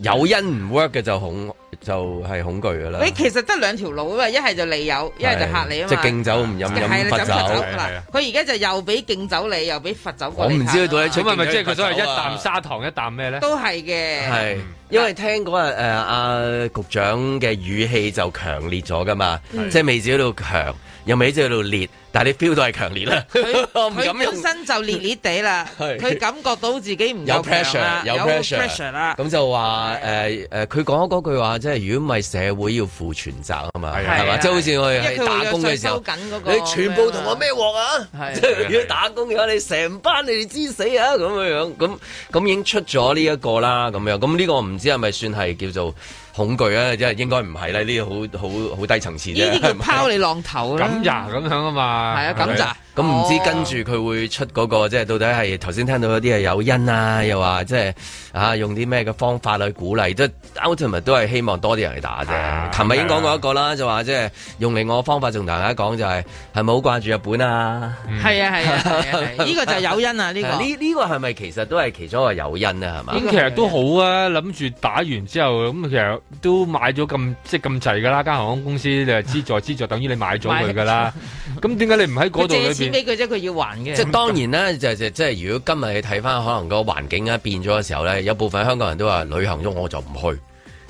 Speaker 2: 有因唔 work 嘅就恐就係恐懼噶啦。
Speaker 4: 你其實得兩條路啊嘛，一係就利誘，一係就嚇你啊嘛。
Speaker 2: 啊即係敬酒唔飲
Speaker 4: 係
Speaker 2: 飲
Speaker 4: 啦，
Speaker 2: 罰
Speaker 4: 飲罰酒
Speaker 2: 酒。
Speaker 3: 係係
Speaker 4: 嗱，佢而家就又俾敬酒你，又俾罰酒過
Speaker 2: 我
Speaker 4: 你
Speaker 2: 唔知佢到底出
Speaker 4: 行
Speaker 3: 咁
Speaker 4: 啊
Speaker 3: 係咪即係佢所謂
Speaker 2: 敬
Speaker 3: 一
Speaker 2: 酒啊
Speaker 3: 啖砂糖一啖咩咧？
Speaker 4: 都係嘅，
Speaker 2: 係，因為聽嗰日誒呃阿局長嘅語氣就強烈咗噶嘛，
Speaker 4: 嗯
Speaker 2: 即係未至於到強，又未至於到烈，但係你 feel 到係強烈啦。 [LAUGHS] 我唔
Speaker 4: 佢
Speaker 2: 敢用
Speaker 4: 本身就烈烈地啦，
Speaker 2: [LAUGHS] 係
Speaker 4: 佢感覺到自己唔
Speaker 2: 有
Speaker 4: 夠強
Speaker 2: pressure，
Speaker 4: 啦
Speaker 2: 有 pressure
Speaker 4: 啦。
Speaker 2: 咁就話誒誒，佢講嗰句話，即係如果唔係社會要負全責啊嘛，
Speaker 3: 係啊
Speaker 2: 係嘛？即係好似我哋
Speaker 4: 因為
Speaker 2: 喺
Speaker 4: 佢會
Speaker 2: 打
Speaker 4: 有
Speaker 2: 工嘅時
Speaker 4: 税
Speaker 2: 候
Speaker 4: 收。緊嗰個，
Speaker 2: 你全部同我孭鑊啊！
Speaker 4: 係
Speaker 2: 即 [LAUGHS] 係如果打工嘅話，你成班你哋知死啊咁樣樣，咁咁已經出咗呢一個啦，咁樣咁呢個唔知係咪算係叫做恐懼啊？即係應該唔係啦，呢啲好好好低層次啫。
Speaker 4: 呢啲叫
Speaker 2: 係咪
Speaker 4: 拋你浪頭啦。
Speaker 3: 咁呀咁樣啊嘛。
Speaker 4: 係啊，
Speaker 3: 係咪
Speaker 4: 咁咋？
Speaker 2: 咁唔知
Speaker 4: 哦
Speaker 2: 跟住佢會出嗰、個即係到底係頭先聽到嗰啲係有因啊，又話即係啊用啲咩嘅方法去鼓勵，即係 ultimate 都係希望多啲人嚟打
Speaker 3: 啊
Speaker 2: 啫。琴日已經講過一個啦，就話即係用另外嘅方法同大家講就係係咪好掛住日本啊？
Speaker 4: 係啊係啊係啊
Speaker 2: [LAUGHS]
Speaker 4: 係啊，呢個就有因啊呢
Speaker 2: 啊
Speaker 4: 個。
Speaker 2: 呢呢個係咪其實都係其中一個誘因啊？係嘛？
Speaker 4: 應
Speaker 3: 咁其實都好啊，諗住打完之後，咁其實都買咗咁即係咁滯噶啦，間航空公司你係資助資助，等於你買咗佢噶啦。咁點解你唔喺嗰
Speaker 4: 佢
Speaker 3: 度裏
Speaker 4: 借錢
Speaker 3: 邊？
Speaker 4: 俾佢啫，佢要還嘅。
Speaker 2: 即係當然啦，就就即係如果今日你睇翻可能個環境啊變咗嘅時候咧，有部分香港人都話旅行咗我就唔去，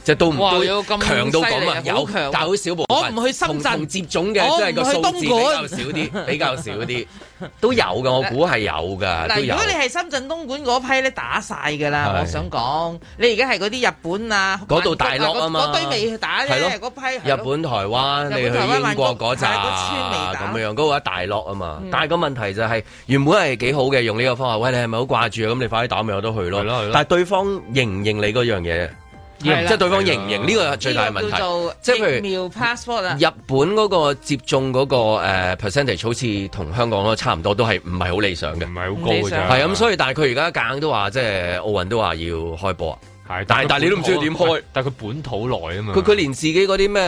Speaker 2: 就到唔
Speaker 4: 哇
Speaker 2: 到
Speaker 4: 有咁
Speaker 2: 強到
Speaker 4: 犀利
Speaker 2: 咁
Speaker 4: 啊
Speaker 2: 啊，
Speaker 4: 好
Speaker 2: 有，
Speaker 4: 強啊
Speaker 2: 但係好少部分。
Speaker 4: 我唔去深圳
Speaker 2: 同同接種嘅，
Speaker 4: 我唔
Speaker 2: 即係個數字
Speaker 4: 去
Speaker 2: 比
Speaker 4: 東莞
Speaker 2: 較少啲，比較少啲，都有嘅，我估係有
Speaker 4: [LAUGHS]
Speaker 2: 㗎，都
Speaker 4: 嗱，如
Speaker 2: 有
Speaker 4: 果。你係深圳東莞嗰批咧，打晒㗎啦，
Speaker 2: 係
Speaker 4: 我想講，你而家係嗰啲日本啊，
Speaker 2: 嗰度
Speaker 4: 韓國
Speaker 2: 大陸啊
Speaker 4: 嗰
Speaker 2: 嘛
Speaker 4: 嗰堆未打啫，
Speaker 2: 係
Speaker 4: 嗰批係
Speaker 2: 日
Speaker 4: 咯
Speaker 2: 本、台灣，
Speaker 4: 日
Speaker 2: 你
Speaker 4: 本
Speaker 2: 去
Speaker 4: 台灣
Speaker 2: 英國嗰
Speaker 4: 曼谷
Speaker 2: 扎
Speaker 4: 係嗰村
Speaker 2: 咁
Speaker 4: 未
Speaker 2: 樣，嗰個一大落啊嘛
Speaker 4: 嗯。
Speaker 2: 但係個問題就係原本係幾好嘅，用呢個方法。喂，你係咪好掛住啊？咁你快啲打咪有得去咯。但係對方認唔認你嗰樣嘢？即
Speaker 4: 係啦
Speaker 2: 係對方認唔認呢個係最大問
Speaker 4: 呢個叫做
Speaker 2: 題。即係譬
Speaker 4: 疫
Speaker 2: 如。嗯
Speaker 4: 苗 passport 啊，
Speaker 2: 日本嗰個接種嗰、個、呃、percentage 好似同香港都差唔多，都係唔係好理想嘅，唔
Speaker 3: 係好
Speaker 4: 高嘅啫唔理想
Speaker 2: 係咁，所以但係佢而家夾硬都話，即係奧運都話要開波啊。
Speaker 3: 係
Speaker 2: 但係但係你都唔知佢點開。
Speaker 3: 啊但係佢本土內啊嘛。
Speaker 2: 佢佢連自己嗰啲咩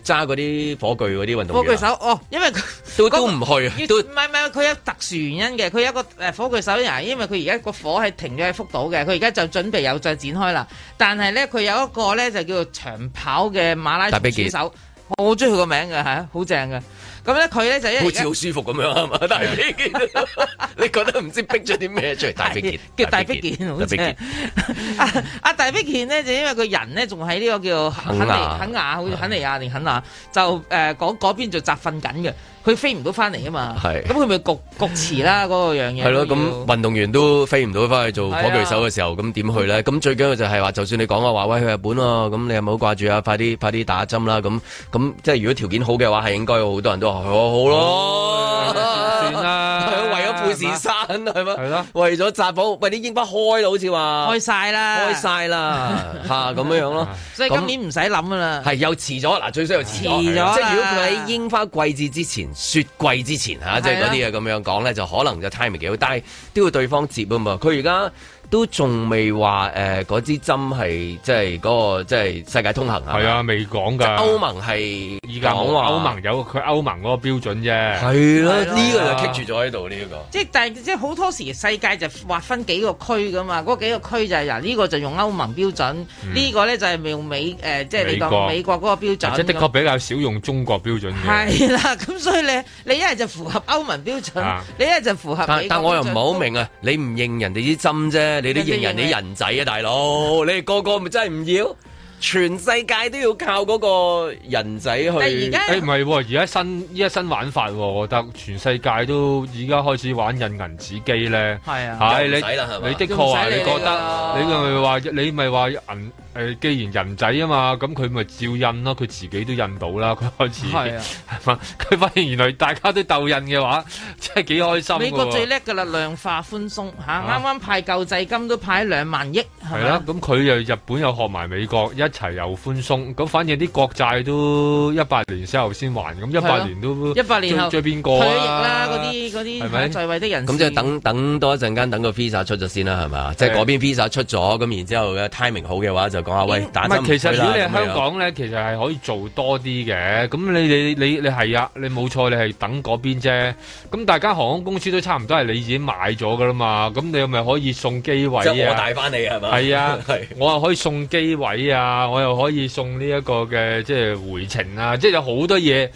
Speaker 2: 誒揸嗰啲火炬嗰啲運
Speaker 4: 火
Speaker 2: 動
Speaker 4: 炬
Speaker 2: 員
Speaker 4: 手
Speaker 2: 啊
Speaker 4: 哦，因為佢
Speaker 2: [LAUGHS] 都都唔去啊，
Speaker 4: 要
Speaker 2: 都
Speaker 4: 唔係唔係，佢有特殊原因嘅。佢有一個誒火炬手啊，因為佢而家個火係停咗喺福島嘅，佢而家就準備有再展開啦。但係咧，佢有一個咧就叫做長跑嘅馬拉
Speaker 2: 大比
Speaker 4: 松
Speaker 2: 傑
Speaker 4: 選手，我好中意佢個名嘅係啊好正嘅。咁咧佢咧就因為
Speaker 2: 好
Speaker 4: 而
Speaker 2: 似
Speaker 4: 家
Speaker 2: 好舒服咁樣係嘛？
Speaker 4: [LAUGHS]
Speaker 2: 大比傑， [LAUGHS] 你覺得唔知逼咗啲咩出嚟？大比傑
Speaker 4: 叫大逼健好
Speaker 2: 大比
Speaker 4: 似
Speaker 2: 傑
Speaker 4: 係。啊啊大逼健咧就因為個人咧仲喺呢個叫肯
Speaker 2: 肯
Speaker 4: 尼
Speaker 2: 亞
Speaker 4: 肯亞，好似肯尼亞定肯亞，就誒嗰嗰邊就集訓緊嘅，佢飛唔到翻嚟啊嘛。
Speaker 2: 係
Speaker 4: 咁佢咪焗焗遲啦嗰個樣嘢。
Speaker 2: 係咯，
Speaker 4: 都要
Speaker 2: 咁運動員都飛唔到翻去做火炬手嘅時候，咁點去
Speaker 4: 啊
Speaker 2: 咧？咁最緊要就係話，就算你講話話喂去日本咯，咁你係咪好掛住啊？快啲快啲打針啦！咁咁即係如果條件好嘅話，係應該有好多人都話好好咯，
Speaker 4: 哦
Speaker 3: 算
Speaker 2: [LAUGHS]
Speaker 3: 啦，
Speaker 2: 為咗富士山係咪？
Speaker 3: 係咯，
Speaker 2: 為咗扎寶，喂啲櫻花開啦，好似話
Speaker 4: 開晒啊啦，
Speaker 2: 開晒
Speaker 4: [LAUGHS]
Speaker 2: 啦嚇咁樣樣咯。
Speaker 4: 所以今年唔使諗噶啦。
Speaker 2: [LAUGHS] 係又遲咗嗱，最衰又遲咗。
Speaker 4: 遲咗啦
Speaker 2: 即係如果佢喺櫻花季節之前、雪季之前嚇，即係嗰啲嘢咁樣講咧，就可能就 timing 幾好，但係都要對方接啊嘛。佢而家都仲未話誒嗰支針係即係嗰個即係世界通行啊。
Speaker 3: 係啊，未講
Speaker 2: 即係
Speaker 3: 㗎。
Speaker 2: 歐盟係
Speaker 3: 依家冇啊
Speaker 2: 講話
Speaker 3: 歐盟有佢歐盟嗰個標準啫。
Speaker 2: 係咯，呢個就棘住咗喺度呢一個。
Speaker 4: 即係但係即係好多時世界就劃分幾個區噶嘛，嗰幾個區就係嗱呢個就用歐盟標準，呢、個咧就係用美誒、呃即係你
Speaker 3: 美國啊
Speaker 4: 講美國嗰個標準。
Speaker 3: 即係的確比較少用中國標準嘅。
Speaker 4: 係啦，咁所以咧，你一係就符合歐盟標準，
Speaker 2: 啊
Speaker 4: 你一係就符合
Speaker 2: 但
Speaker 4: 美國標準。
Speaker 2: 但我又唔係好明啊！你唔認人哋啲針啫，你都認人哋人仔啊，大佬！你哋個個咪真係唔要，全世界都要靠嗰個人仔去。
Speaker 3: 誒唔係喎，而家新依家新玩法喎，我覺得全世界都而家開始玩印銀紙機咧。
Speaker 4: 係啊
Speaker 3: 係
Speaker 2: 又唔使啦係嘛
Speaker 3: 你你的確話
Speaker 2: 又唔
Speaker 3: 你
Speaker 2: 使理
Speaker 3: 覺
Speaker 2: 啊你啊啦
Speaker 3: 得你咪話你咪話銀誒，既然人仔啊嘛，咁佢咪照印咯，佢自己都印到啦，佢開始
Speaker 4: 係啊
Speaker 3: [LAUGHS] 係嘛？佢發現原來大家都鬥印嘅話，真係幾開心㗎喎。
Speaker 4: 美國最叻㗎啦，量化寬鬆嚇，
Speaker 2: 啊
Speaker 4: 啱啱、派救濟金都派兩萬億，係
Speaker 3: 係
Speaker 4: 咪
Speaker 3: 啦，咁佢又日本又學埋美國，一齊又寬鬆，咁反正啲國債都一百年之後先還，咁一
Speaker 4: 係
Speaker 3: 百
Speaker 4: 咯
Speaker 3: 年都
Speaker 4: 一百年後
Speaker 3: 追追邊個啊
Speaker 4: 退役啦，嗰啲嗰
Speaker 2: 係
Speaker 4: 啲
Speaker 2: 咪
Speaker 4: 在位的人士
Speaker 2: 咁即係等等多一陣間，等個 visa 出咗先啦，係嘛？即係嗰邊 visa 出咗，咁然之後嘅 timing 好嘅話，就講下喂打
Speaker 3: 唔
Speaker 2: 針
Speaker 3: 係，其實
Speaker 2: 去
Speaker 3: 如
Speaker 2: 啦
Speaker 3: 果你喺
Speaker 2: 咁樣
Speaker 3: 香港咧，其實係可以做多啲嘅。咁你你你你係啊，你冇錯，你係等嗰邊啫。咁大家航空公司都差唔多係你已經買咗噶啦嘛。咁你咪可以送機位
Speaker 2: 即係我
Speaker 3: 啊
Speaker 2: 帶？翻你係嘛？
Speaker 3: [LAUGHS] 係啊
Speaker 2: 係，
Speaker 3: 我又可以送機位啊，我又可以送呢一個嘅即係回程啊，即係有好多嘢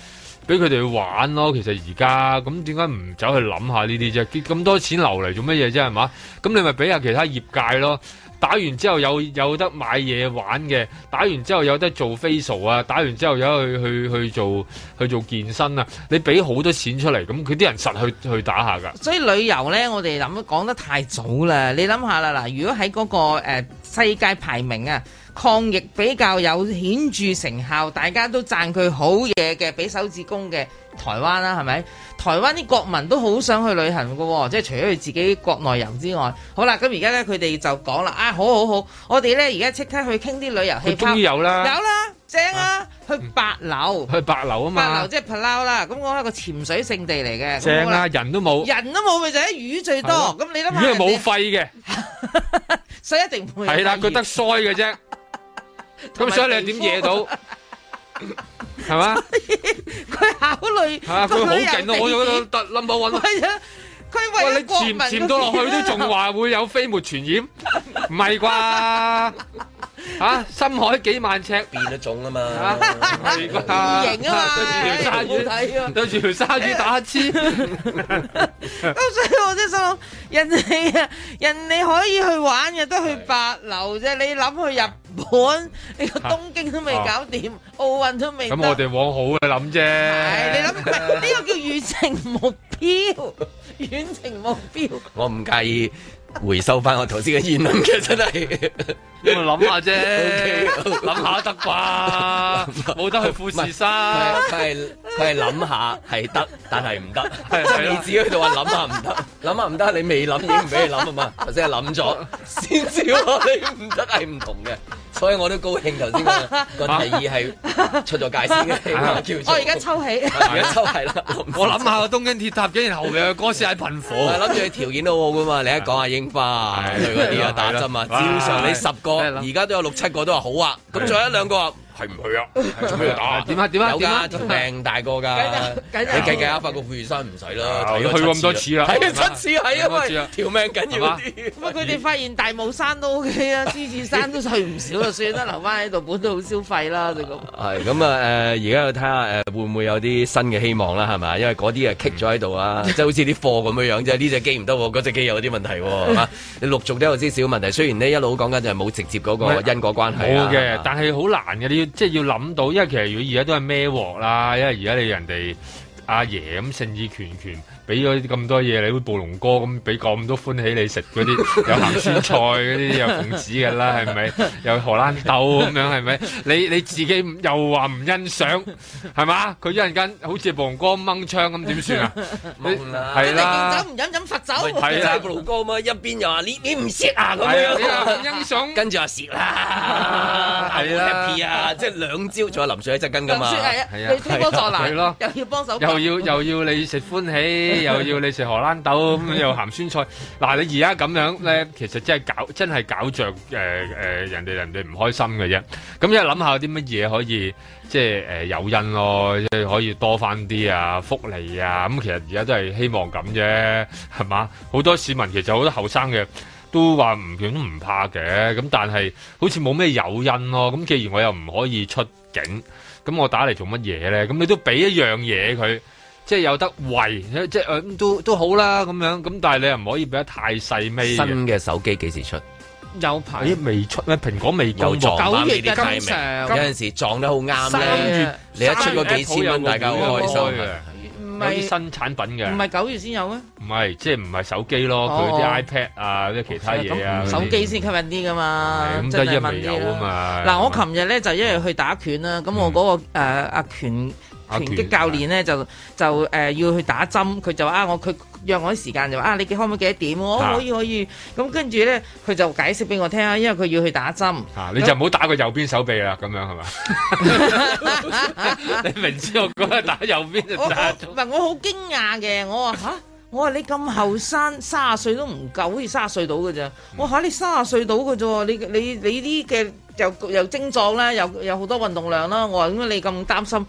Speaker 3: 俾佢哋去玩咯。其實而家咁點解唔走去諗下呢啲啫？結咁多錢流嚟做乜嘢啫？係嘛？咁你咪俾下其他業界咯。打完之後有有得買嘢玩嘅，打完之後有得做 facial 啊，打完之後有得去去去做去做健身啊，你俾好多錢出嚟，咁佢啲人實去去打下㗎。
Speaker 4: 所以旅遊呢，我哋諗講得太早啦。你諗下啦，嗱，如果喺嗰、個、呃、世界排名啊，抗疫比較有顯著成效，大家都讚佢好嘢嘅，俾手指公嘅台灣啊啦，係咪？台灣啲國民都好想去旅行嘅喎、即係除咗佢自己國內遊之外，好啦，咁而家呢，佢哋就講啦，啊，好好好，我哋呢而家即刻去傾啲旅遊
Speaker 3: 佢
Speaker 4: 氣泡，
Speaker 3: 終於有啦
Speaker 4: 有啦，正啊，去八樓，
Speaker 3: 去八樓啊嘛，
Speaker 4: 八樓即係 Palau 啦，咁我係一個潛水勝地嚟嘅，咁
Speaker 3: 正
Speaker 4: 好啦
Speaker 3: 啊，人都冇。
Speaker 4: 人都冇咪就係魚最多，
Speaker 3: 係咯
Speaker 4: 咁你諗下
Speaker 3: 如
Speaker 4: 人
Speaker 3: 果係冇
Speaker 4: 哋，
Speaker 3: 肺嘅，
Speaker 4: 所以一定唔會有
Speaker 3: 係啦，
Speaker 4: 肺
Speaker 3: 佢得腮嘅啫。
Speaker 4: 同
Speaker 3: 咁
Speaker 4: 埋
Speaker 3: 所以你點惹到？係嘛？
Speaker 4: 佢考慮
Speaker 3: 係啊，佢好勁啊！我
Speaker 4: 有
Speaker 3: 我得 number one。
Speaker 4: 佢
Speaker 3: 哇！
Speaker 4: 為
Speaker 3: 你
Speaker 4: 咗國
Speaker 3: 潛
Speaker 4: 民 [LAUGHS]
Speaker 3: 潛到落去都仲話會有飛沫傳染，唔係啩？嚇深海幾萬尺
Speaker 2: [LAUGHS] [LAUGHS] 變咗種啊嘛，
Speaker 3: 係啩？ [LAUGHS]
Speaker 4: 型啊嘛
Speaker 3: 對住條
Speaker 4: 好
Speaker 3: 鯊
Speaker 4: 睇啊
Speaker 3: 魚，對住條鯊魚打乞嗤。
Speaker 4: 咁所以我真係心諗，人哋啊， [LAUGHS] 人哋可以去玩嘅都去八樓啫，你諗去日本， [LAUGHS] 你個東京都未搞
Speaker 3: [LAUGHS]
Speaker 4: 掂，奧運都未得。
Speaker 3: 咁我哋往好嘅諗啫。
Speaker 4: 係
Speaker 3: [LAUGHS]
Speaker 4: 你諗唔係呢個叫遠程目標，遠程目標。
Speaker 2: 我唔介意回收翻我頭先嘅言論嘅，真係。
Speaker 3: 咁咪諗下
Speaker 2: OK，
Speaker 3: 啫，諗下得啩？冇得去富士山，
Speaker 2: 佢係佢係諗下係得， [LAUGHS] 但係唔得。
Speaker 3: 係啊
Speaker 2: 即
Speaker 3: 係
Speaker 2: 係
Speaker 3: 咯
Speaker 2: 你自己喺度話諗下唔得，諗下唔得，你未諗已經唔俾你諗
Speaker 3: [LAUGHS]
Speaker 2: 啊嘛。頭先係諗咗，先至話你唔得係唔同嘅。所以我都高興頭先
Speaker 3: [LAUGHS]
Speaker 2: 個個提議係出咗界先嘅， [LAUGHS] 叫
Speaker 4: 我
Speaker 2: 做
Speaker 4: 而家抽起，
Speaker 2: 而家抽係啦。
Speaker 3: 啊我諗下個東京鐵塔，竟然後面有嗰時係貧
Speaker 2: 我
Speaker 3: 火
Speaker 2: 係。諗住你條件都好噶嘛，你一講下櫻花啊，
Speaker 3: 係
Speaker 2: 佢嗰
Speaker 3: 係
Speaker 2: 啲啊
Speaker 3: 啦
Speaker 2: 打針啊，
Speaker 3: 係啦
Speaker 2: 照常你十個，
Speaker 3: 係啦
Speaker 2: 而家都有六七個都話好啊，
Speaker 3: 嗯
Speaker 2: 咁仲有一兩個話係唔去 [LAUGHS] 啊，做咩要打啊？
Speaker 3: 點啊點啊
Speaker 2: 有
Speaker 3: 點啊
Speaker 2: 㗎，條命大個㗎
Speaker 4: 啊，
Speaker 2: 你
Speaker 4: 梗係啊
Speaker 2: 計計下，發覺富士山唔使啦，
Speaker 3: 啊
Speaker 2: 睇咗
Speaker 3: 去過咁多
Speaker 2: 七
Speaker 3: 次啦
Speaker 2: 睇咗七次係
Speaker 3: 係嘛
Speaker 2: 啊，因為條命緊要啲。
Speaker 4: 咁啊佢哋發現大帽山都 OK 啊，獅子山都去唔少就啊算啦，留翻喺度本土消
Speaker 3: [LAUGHS]
Speaker 4: 費啦，你咁。
Speaker 2: 係咁啊！誒，而家又睇下誒，會唔會有啲新嘅希望啦？係咪？因為嗰啲啊棘咗喺度 [LAUGHS] 啊，即係好似啲貨咁樣樣啫。呢只機唔得喎，嗰只機有啲問題喎，係 [LAUGHS] 嘛？你陸續都有啲小問題。雖然呢一路講緊就係冇直接嗰個因果關
Speaker 3: [LAUGHS]
Speaker 2: 係
Speaker 3: 冇
Speaker 2: 啊
Speaker 3: 嘅，但係好難嘅，你要即係要諗到，因為其實如果而家都係孭鑊啦，因為而家你人哋阿爺咁盛意拳拳，俾咗咁多嘢，你會暴龍哥咁俾咁多歡喜你食嗰
Speaker 2: [LAUGHS]
Speaker 3: 啲，有鹹鮮菜嗰啲，有鳳子嘅啦，係咪？有荷蘭豆咁樣係咪？你你自己唔又話唔欣賞係嘛？佢一陣間好似暴龍哥掹槍咁點
Speaker 2: [LAUGHS]
Speaker 3: 算啊？你
Speaker 2: 懵啦
Speaker 3: 係
Speaker 4: 你
Speaker 3: 啦
Speaker 4: 敬酒，唔飲飲罰酒，
Speaker 2: 係啦，布魯哥啊嘛，一邊又話你你唔識啊咁
Speaker 3: 係啊，你又
Speaker 2: 樣，
Speaker 3: 唔欣賞。
Speaker 2: 跟住話蝕啦，
Speaker 3: 係啦
Speaker 2: happy 啊，即係兩招仲有林雪喺側跟噶
Speaker 4: 林
Speaker 2: 嘛
Speaker 4: 雪。係啊，
Speaker 3: 係啊
Speaker 4: 你推波助
Speaker 3: 係咯
Speaker 4: 瀾，又要幫手
Speaker 3: 又要又要你食歡喜，又要你食荷蘭豆，咁又鹹酸菜。嗱，你而家咁 [LAUGHS] 樣咧，其實真係搞真係搞着誒誒人哋人哋唔開心嘅啫。咁一諗下有啲乜嘢可以即係誒有因咯，即係可以多翻啲啊福利啊。咁其實而家都係希望咁啫，係嘛？好多市民其實好多後生嘅。都話唔見都唔怕嘅，咁但係好似冇咩誘因咯。咁既然我又唔可以出境，咁我打嚟做乜嘢咧？咁你都俾一樣嘢佢，即係有得為，即係、呃、都都好啦咁樣。咁但係你又唔可以俾得太細尾
Speaker 2: 新
Speaker 3: 嘅。
Speaker 2: 嘅手機幾時出？
Speaker 4: 有排
Speaker 3: 咦未出咩？蘋果未
Speaker 2: 有
Speaker 3: 公
Speaker 2: 撞
Speaker 3: 布。
Speaker 2: 啱呢
Speaker 4: 九月
Speaker 2: 啲
Speaker 4: 嘅
Speaker 2: timing，
Speaker 4: 通
Speaker 2: 有
Speaker 4: 常
Speaker 2: 陣時撞得好啱
Speaker 4: 三
Speaker 2: 咧
Speaker 4: 月。
Speaker 2: 你一出嗰幾千蚊，大家好開心。啊
Speaker 4: 唔
Speaker 3: 有啲
Speaker 4: 係
Speaker 3: 新產品
Speaker 4: 唔
Speaker 3: 嘅，
Speaker 4: 係九月先有咩？
Speaker 3: 唔係即係唔係手機咯，佢
Speaker 4: 哦
Speaker 3: 啲 iPad 啊，啲其他嘢啊，
Speaker 4: 手機先吸引啲噶嘛
Speaker 3: 係，咁
Speaker 4: 真
Speaker 3: 得一
Speaker 4: 係
Speaker 3: 未
Speaker 4: 問
Speaker 3: 有
Speaker 4: 啲
Speaker 3: 啊
Speaker 4: 啦。
Speaker 3: 嘛。
Speaker 4: 嗱，我琴日咧就因為去打拳啦，咁我嗰個誒阿拳
Speaker 3: 嗯阿
Speaker 4: 拳
Speaker 3: 拳
Speaker 4: 擊教練咧就就誒要去打針，佢就話啊我佢約我啲時間就話啊你幾可唔可以幾多點？我哦
Speaker 3: 啊
Speaker 4: 可以可以。咁跟住咧佢就解釋俾我聽啊，因為佢要去打針。
Speaker 3: 啊！你就唔好打個右邊手臂啦，咁樣係嘛？ [LAUGHS] 你明知我嗰日打右邊就
Speaker 4: 我我
Speaker 3: 打
Speaker 4: 唔係我好驚訝嘅，我話吓，我話你咁後生，三十歲都唔夠，好似三十歲到嘅咋？我話吓你三十歲到嘅啫喎，你你你啲嘅又又精壯啦，又有好多運動量啦，我話點解你咁擔心？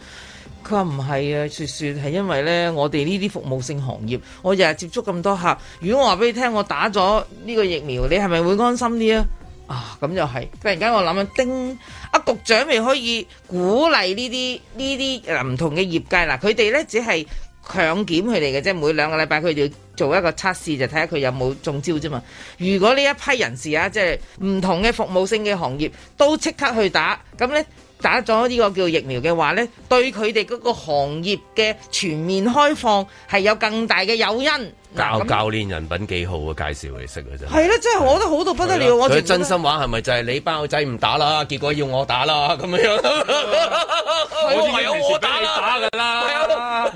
Speaker 4: 佢話唔係啊，雪雪係因為咧，我哋呢啲服務性行業，我日日接觸咁多客，如果我話俾你聽，我打咗呢個疫苗，你係咪會安心啲啊？啊，咁又係！突然間我諗緊，叮！啊，局長咪可以鼓勵呢啲呢啲嗯誒唔同嘅業界嗱，佢哋咧只係強檢佢哋嘅啫，每兩個禮拜佢哋要做一個測試，就睇下佢有冇中招啫嘛。如果呢一批人士啊，即係唔同嘅服務性嘅行業都即刻去打，咁咧。打咗呢個叫疫苗嘅話呢對佢哋嗰個行業嘅全面開放係有更大嘅誘因。
Speaker 2: 教
Speaker 4: 嗱，咁
Speaker 2: 教練人品幾好啊，介紹你識嘅真係。
Speaker 4: 係啦，真係我覺得好到不得了，我
Speaker 2: 佢
Speaker 4: 直覺得
Speaker 2: 真心話係咪就係你班仔唔打啦，結果要我打啦咁樣樣？
Speaker 3: 我
Speaker 2: 我唯有我打啦，啊
Speaker 3: 打噶啦，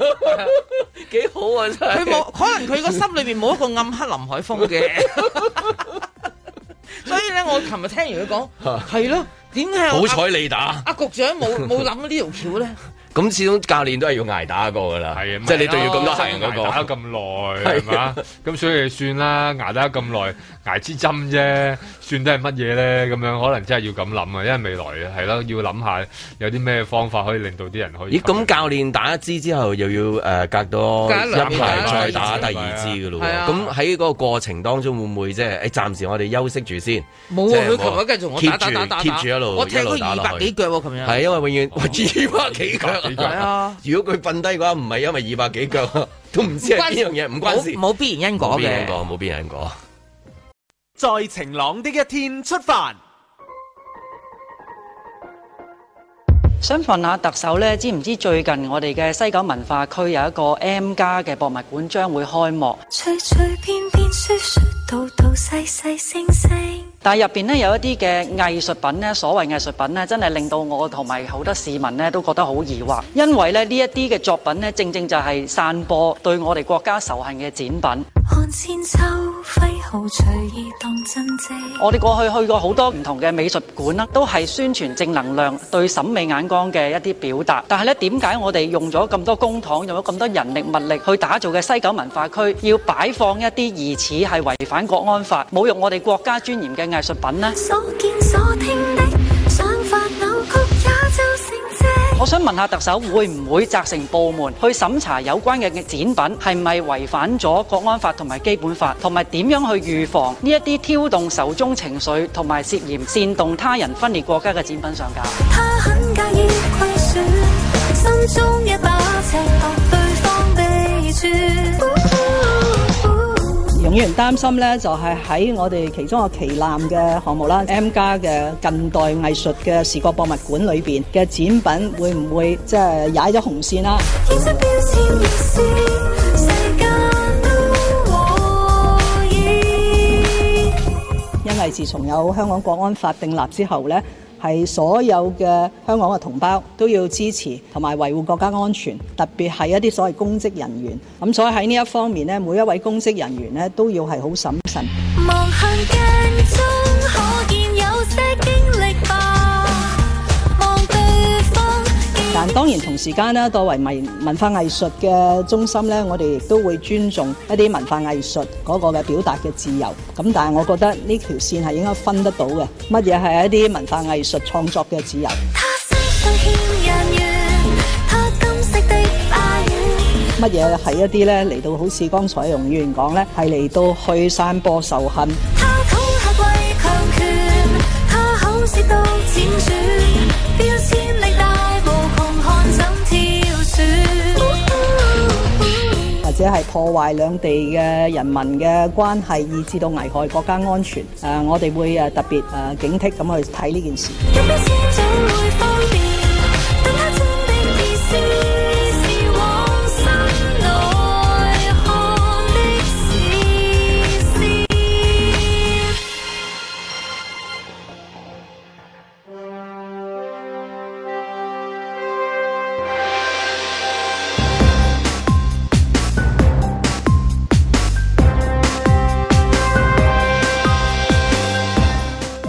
Speaker 2: 幾好啊真係。
Speaker 4: 佢冇，可能佢個心裏面冇一個暗黑林海峰嘅。
Speaker 2: [LAUGHS]
Speaker 4: 所以咧，我琴日聽完佢講，係咯，點解我
Speaker 2: 好彩你打，
Speaker 4: 阿局長冇
Speaker 2: [LAUGHS]
Speaker 4: 冇諗到呢條橋咧？
Speaker 2: 咁始終教練都係要挨打過噶啦，
Speaker 3: 係啊，
Speaker 2: 即係你對住咁多客人嗰
Speaker 3: 打
Speaker 2: 個，
Speaker 3: 咗咁耐係嘛？咁所以算啦，捱打咁耐，捱支針啫。算得係乜嘢咧？咁樣可能真係要咁諗啊，因為未來係咯，要諗下有啲咩方法可以令到啲人可以
Speaker 2: 咦，咁教練打一支之後，又要誒隔多
Speaker 3: 隔一兩
Speaker 2: 一排
Speaker 3: 年
Speaker 2: 再打
Speaker 3: 打
Speaker 2: 第
Speaker 3: 第
Speaker 2: 二
Speaker 3: 二
Speaker 2: 支
Speaker 3: 支
Speaker 2: 嘅咯
Speaker 4: 係
Speaker 2: 喎。
Speaker 4: 啊
Speaker 2: 咁喺嗰個過程當中，會唔會即係誒哎暫時我哋休息住先？
Speaker 4: 冇
Speaker 2: 即
Speaker 4: 啊！
Speaker 2: 係
Speaker 4: 佢琴日繼續同我打打
Speaker 2: keep 住
Speaker 4: 打打
Speaker 2: keep 住一路
Speaker 4: 我踢
Speaker 2: 一路
Speaker 4: 過
Speaker 2: 打
Speaker 4: 二
Speaker 2: 落
Speaker 4: 百
Speaker 2: 去
Speaker 4: 幾腳喎，
Speaker 3: 嗯
Speaker 4: 琴日
Speaker 2: 係因為永遠喂二百幾腳
Speaker 3: 哦幾
Speaker 4: 係啊，
Speaker 2: 如果佢瞓低嘅話，唔係因為二百幾腳，都唔知係邊樣嘢，唔關事。
Speaker 4: 冇冇必然因
Speaker 2: 冇
Speaker 4: 果
Speaker 2: 邊人
Speaker 4: 嘅。
Speaker 2: 講，冇邊人講。
Speaker 5: 在晴朗的一天出發。
Speaker 11: 想問下特首咧，知唔知最近我哋嘅西九文化區有一個 M 加嘅博物館將會開幕？
Speaker 12: 隨隨便便說說道道細細聲聲，
Speaker 11: 但係入邊咧有一啲嘅藝術品咧，所謂藝術品咧，真係令到我同埋好多市民咧都覺得好疑惑，因為咧呢一啲嘅作品咧，正正就係散播對我哋國家仇恨嘅展品。
Speaker 12: 看千秋揮毫隨意當真跡。
Speaker 11: 我哋過去去過好多唔同嘅美術館啦，都係宣傳正能量對審美眼光嘅一啲表達。但係咧，點解我哋用咗咁多公帑，用咗咁多人力物力去打造嘅西九文化區，要擺放一啲疑似係違反國安法、侮辱我哋國家尊嚴嘅藝術品呢？
Speaker 12: 所見所聽的想法扭曲，也就成這。
Speaker 11: 我想問下特首，會唔會責成部門去審查有關嘅展品係咪違反咗國安法同埋基本法，同埋點樣去預防呢一啲挑動仇中情緒同埋涉嫌煽動他人分裂國家嘅展品上架？
Speaker 12: 他很介意虧損，心中一把尺度，對方被絕。
Speaker 8: 容議員擔心咧，就係喺我哋其中一個旗艦嘅項目啦，M 加嘅近代藝術嘅視覺博物館裏邊嘅展品會唔會即係踩咗紅線啊啦？
Speaker 12: 天色變遷亦是世間都和意。
Speaker 8: 因為自從有香港國安法定立之後呢係所有嘅香港嘅同胞都要支持同埋維護國家安全，特別係一啲所謂公職人員。咁所以喺呢一方面呢每一位公職人員呢都要係好審慎。
Speaker 12: 望向鏡中，可見有些經歷吧。望對方，
Speaker 8: 但當然同時間呢，作為文文化藝術嘅中心呢，我哋亦都會尊重一啲文化藝術嗰個嘅表達嘅自由。咁但係我覺得呢條線係應該分得到嘅，乜嘢係一啲文化藝術創作嘅自由。
Speaker 12: 想牽引完他金色的花園。
Speaker 8: 乜嘢係一啲咧嚟到好似剛才容議員講咧，係嚟到去散播仇恨。
Speaker 12: 他恐嚇為強權，他口舌都輾轉，標籤力大無窮，看怎挑選。
Speaker 8: 或者係破壞兩地嘅人民嘅關係，以至到危害國家安全。誒、我哋會誒特別誒、警惕咁去睇呢件事。
Speaker 12: 一杯鮮酒會方便，等他真的意思是往心內看的事事。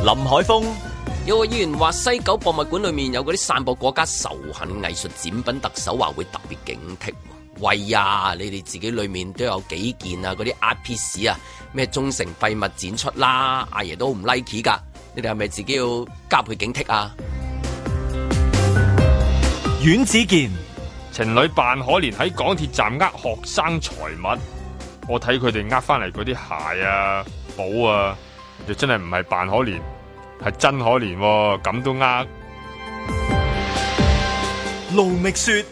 Speaker 2: 林海峰有個議員話西九博物館裏面有嗰啲散播國家仇恨藝術展品，特首話會特別警惕喎。喂呀，你哋自己裏面都有幾件啊，嗰啲 art piece 啊，咩忠誠廢物展出啦，阿爺都唔 like 噶，你哋係咪自己要加倍警惕啊？
Speaker 1: 阮子健
Speaker 3: 情侶扮可憐喺港鐵站呃學生財物，我睇佢哋呃翻嚟嗰啲鞋啊、帽啊，就真係唔係扮可憐，係真可憐喎、咁都呃。
Speaker 1: 盧覓雪。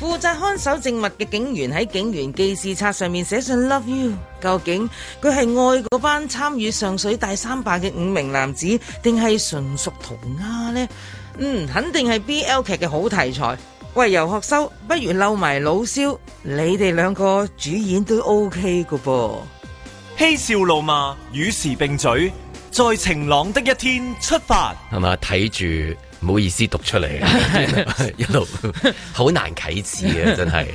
Speaker 4: 負責看守證物嘅警員喺警員記事冊上面寫上 love you，究竟佢係愛嗰班參與上水大三罷嘅五名男子，定係純屬塗鴉呢？嗯，肯定係 BL 劇嘅好題材。喂，游學修，不如嬲埋老蕭，你哋兩個主演都 OK 噶噃。
Speaker 1: 嬉笑怒罵，與時並舉，在晴朗的一天出發。
Speaker 2: 係嘛？睇住唔好意思讀出嚟，
Speaker 4: [LAUGHS]
Speaker 2: 一路好難啟齒啊！真
Speaker 4: [LAUGHS]
Speaker 2: 係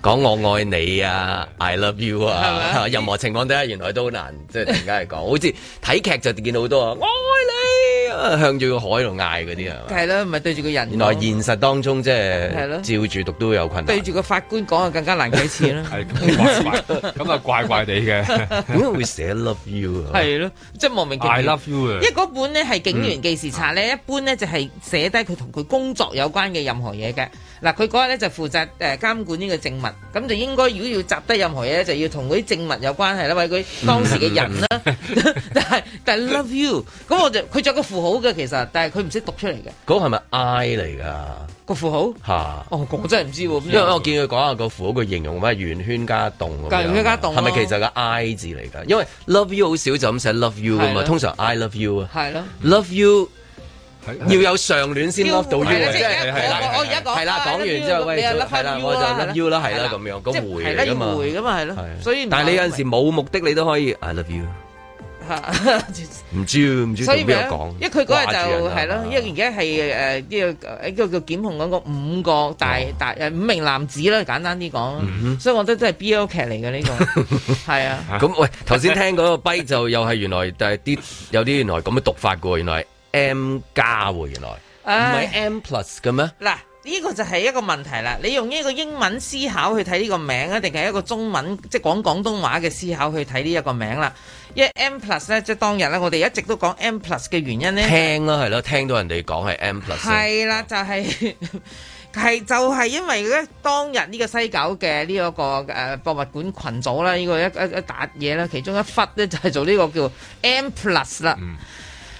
Speaker 2: 講我愛你啊，I love you
Speaker 1: 係
Speaker 2: 啊
Speaker 1: 咪，
Speaker 2: 任何情況底下原來都好難，即係突然間嚟講，好似睇劇就見到好多啊，我愛啊向住個海度嗌嗰啲啊。
Speaker 4: 係啦，唔係對住個人
Speaker 2: 原來
Speaker 4: 講。
Speaker 2: 現實當中即
Speaker 4: 係咯
Speaker 2: 係照住讀都有困難
Speaker 4: 對。住個法官講啊，更加難計錢啦。
Speaker 3: 係咁啊，怪怪地嘅，
Speaker 2: 點解會寫 love you
Speaker 4: [LAUGHS]
Speaker 2: 啊？
Speaker 4: 係咯，即係莫名其妙。
Speaker 3: I love you 啊
Speaker 4: 因為嗰本咧係警員記事冊
Speaker 2: 嗯
Speaker 4: 咧，一般咧就係寫低佢同佢工作有關嘅任何嘢嘅。嗱，佢嗰日咧就負責誒監管呢個證物，咁就應該如果要集低任何嘢咧，就要同嗰啲證物有關係啦，或者佢
Speaker 2: [LAUGHS]
Speaker 4: 當時嘅人啦。 [LAUGHS] 但係但係 love you，咁我就佢着個符號嘅其實，但係佢唔識讀出嚟嘅
Speaker 2: 嗰個係咪 I 嚟㗎？
Speaker 4: 個符號。
Speaker 2: 嚇！
Speaker 4: 哦，我真係唔知喎。咁
Speaker 2: 因為我見佢講下個符號，佢形容咩圓圈加洞咁樣
Speaker 4: 圓圈加洞咯
Speaker 2: 係咪其實個 I 字嚟㗎？因為 love you 好少就咁寫 love you 㗎
Speaker 4: 係
Speaker 2: 嘛，
Speaker 4: 咯
Speaker 2: 通常 I love you 啊
Speaker 4: 係咯。
Speaker 2: ，love you 要有上戀先 love 到 you
Speaker 4: 係啦
Speaker 2: 啊，
Speaker 4: 即係我我而家講
Speaker 2: 係啦，講完之後喂，
Speaker 4: 你又 love 啊
Speaker 2: 係啦，我就 love you 啦，係啦，咁樣個
Speaker 4: 即係
Speaker 2: 回
Speaker 4: 係啦
Speaker 2: 嚟㗎嘛
Speaker 4: 要，回㗎嘛係咯
Speaker 2: 係
Speaker 4: 所以唔
Speaker 2: 但係你有
Speaker 4: 係
Speaker 2: 陣時冇目的，你都可以 I love you，
Speaker 4: [LAUGHS]
Speaker 2: 唔知唔知
Speaker 4: 所
Speaker 2: 同
Speaker 4: 以
Speaker 2: 邊
Speaker 4: 咪
Speaker 2: 個講，
Speaker 4: 因為佢嗰日就係
Speaker 2: 掛住人啊
Speaker 4: 咯，因
Speaker 2: [LAUGHS]
Speaker 4: 為而家係誒呢個呃呢個叫檢控嗰個五個大大呃誒五名男子啦，簡單啲
Speaker 2: 哦嗯
Speaker 4: 講，
Speaker 2: 哼
Speaker 4: 所以我覺得都係 BL 劇嚟嘅呢
Speaker 2: [LAUGHS]
Speaker 4: 個，係啊，
Speaker 2: 咁喂，頭先聽嗰個跛就又係原來，但係啲有啲原來咁嘅讀法嘅喎，原來係 M 加喎，原來唔
Speaker 4: 唉
Speaker 2: 係 M plus 嘅咩？
Speaker 4: 嗱。呢個就係一個問題啦！你用呢個英文思考去睇呢個名啊，定係一個中文即係講廣東話嘅思考去睇呢一個名啦？因為 M plus 咧，即係當日咧，我哋一直都講 M plus 嘅原因咧，
Speaker 2: 聽啦，係啊咯，聽到人哋講係 M plus，啊
Speaker 4: 係啦，就係、 [LAUGHS] 係就係、因為咧，當日呢個西九嘅呢一個誒博物館群組啦，呢、個一一一笪嘢啦，其中一忽咧就係做呢個叫 M plus 啦。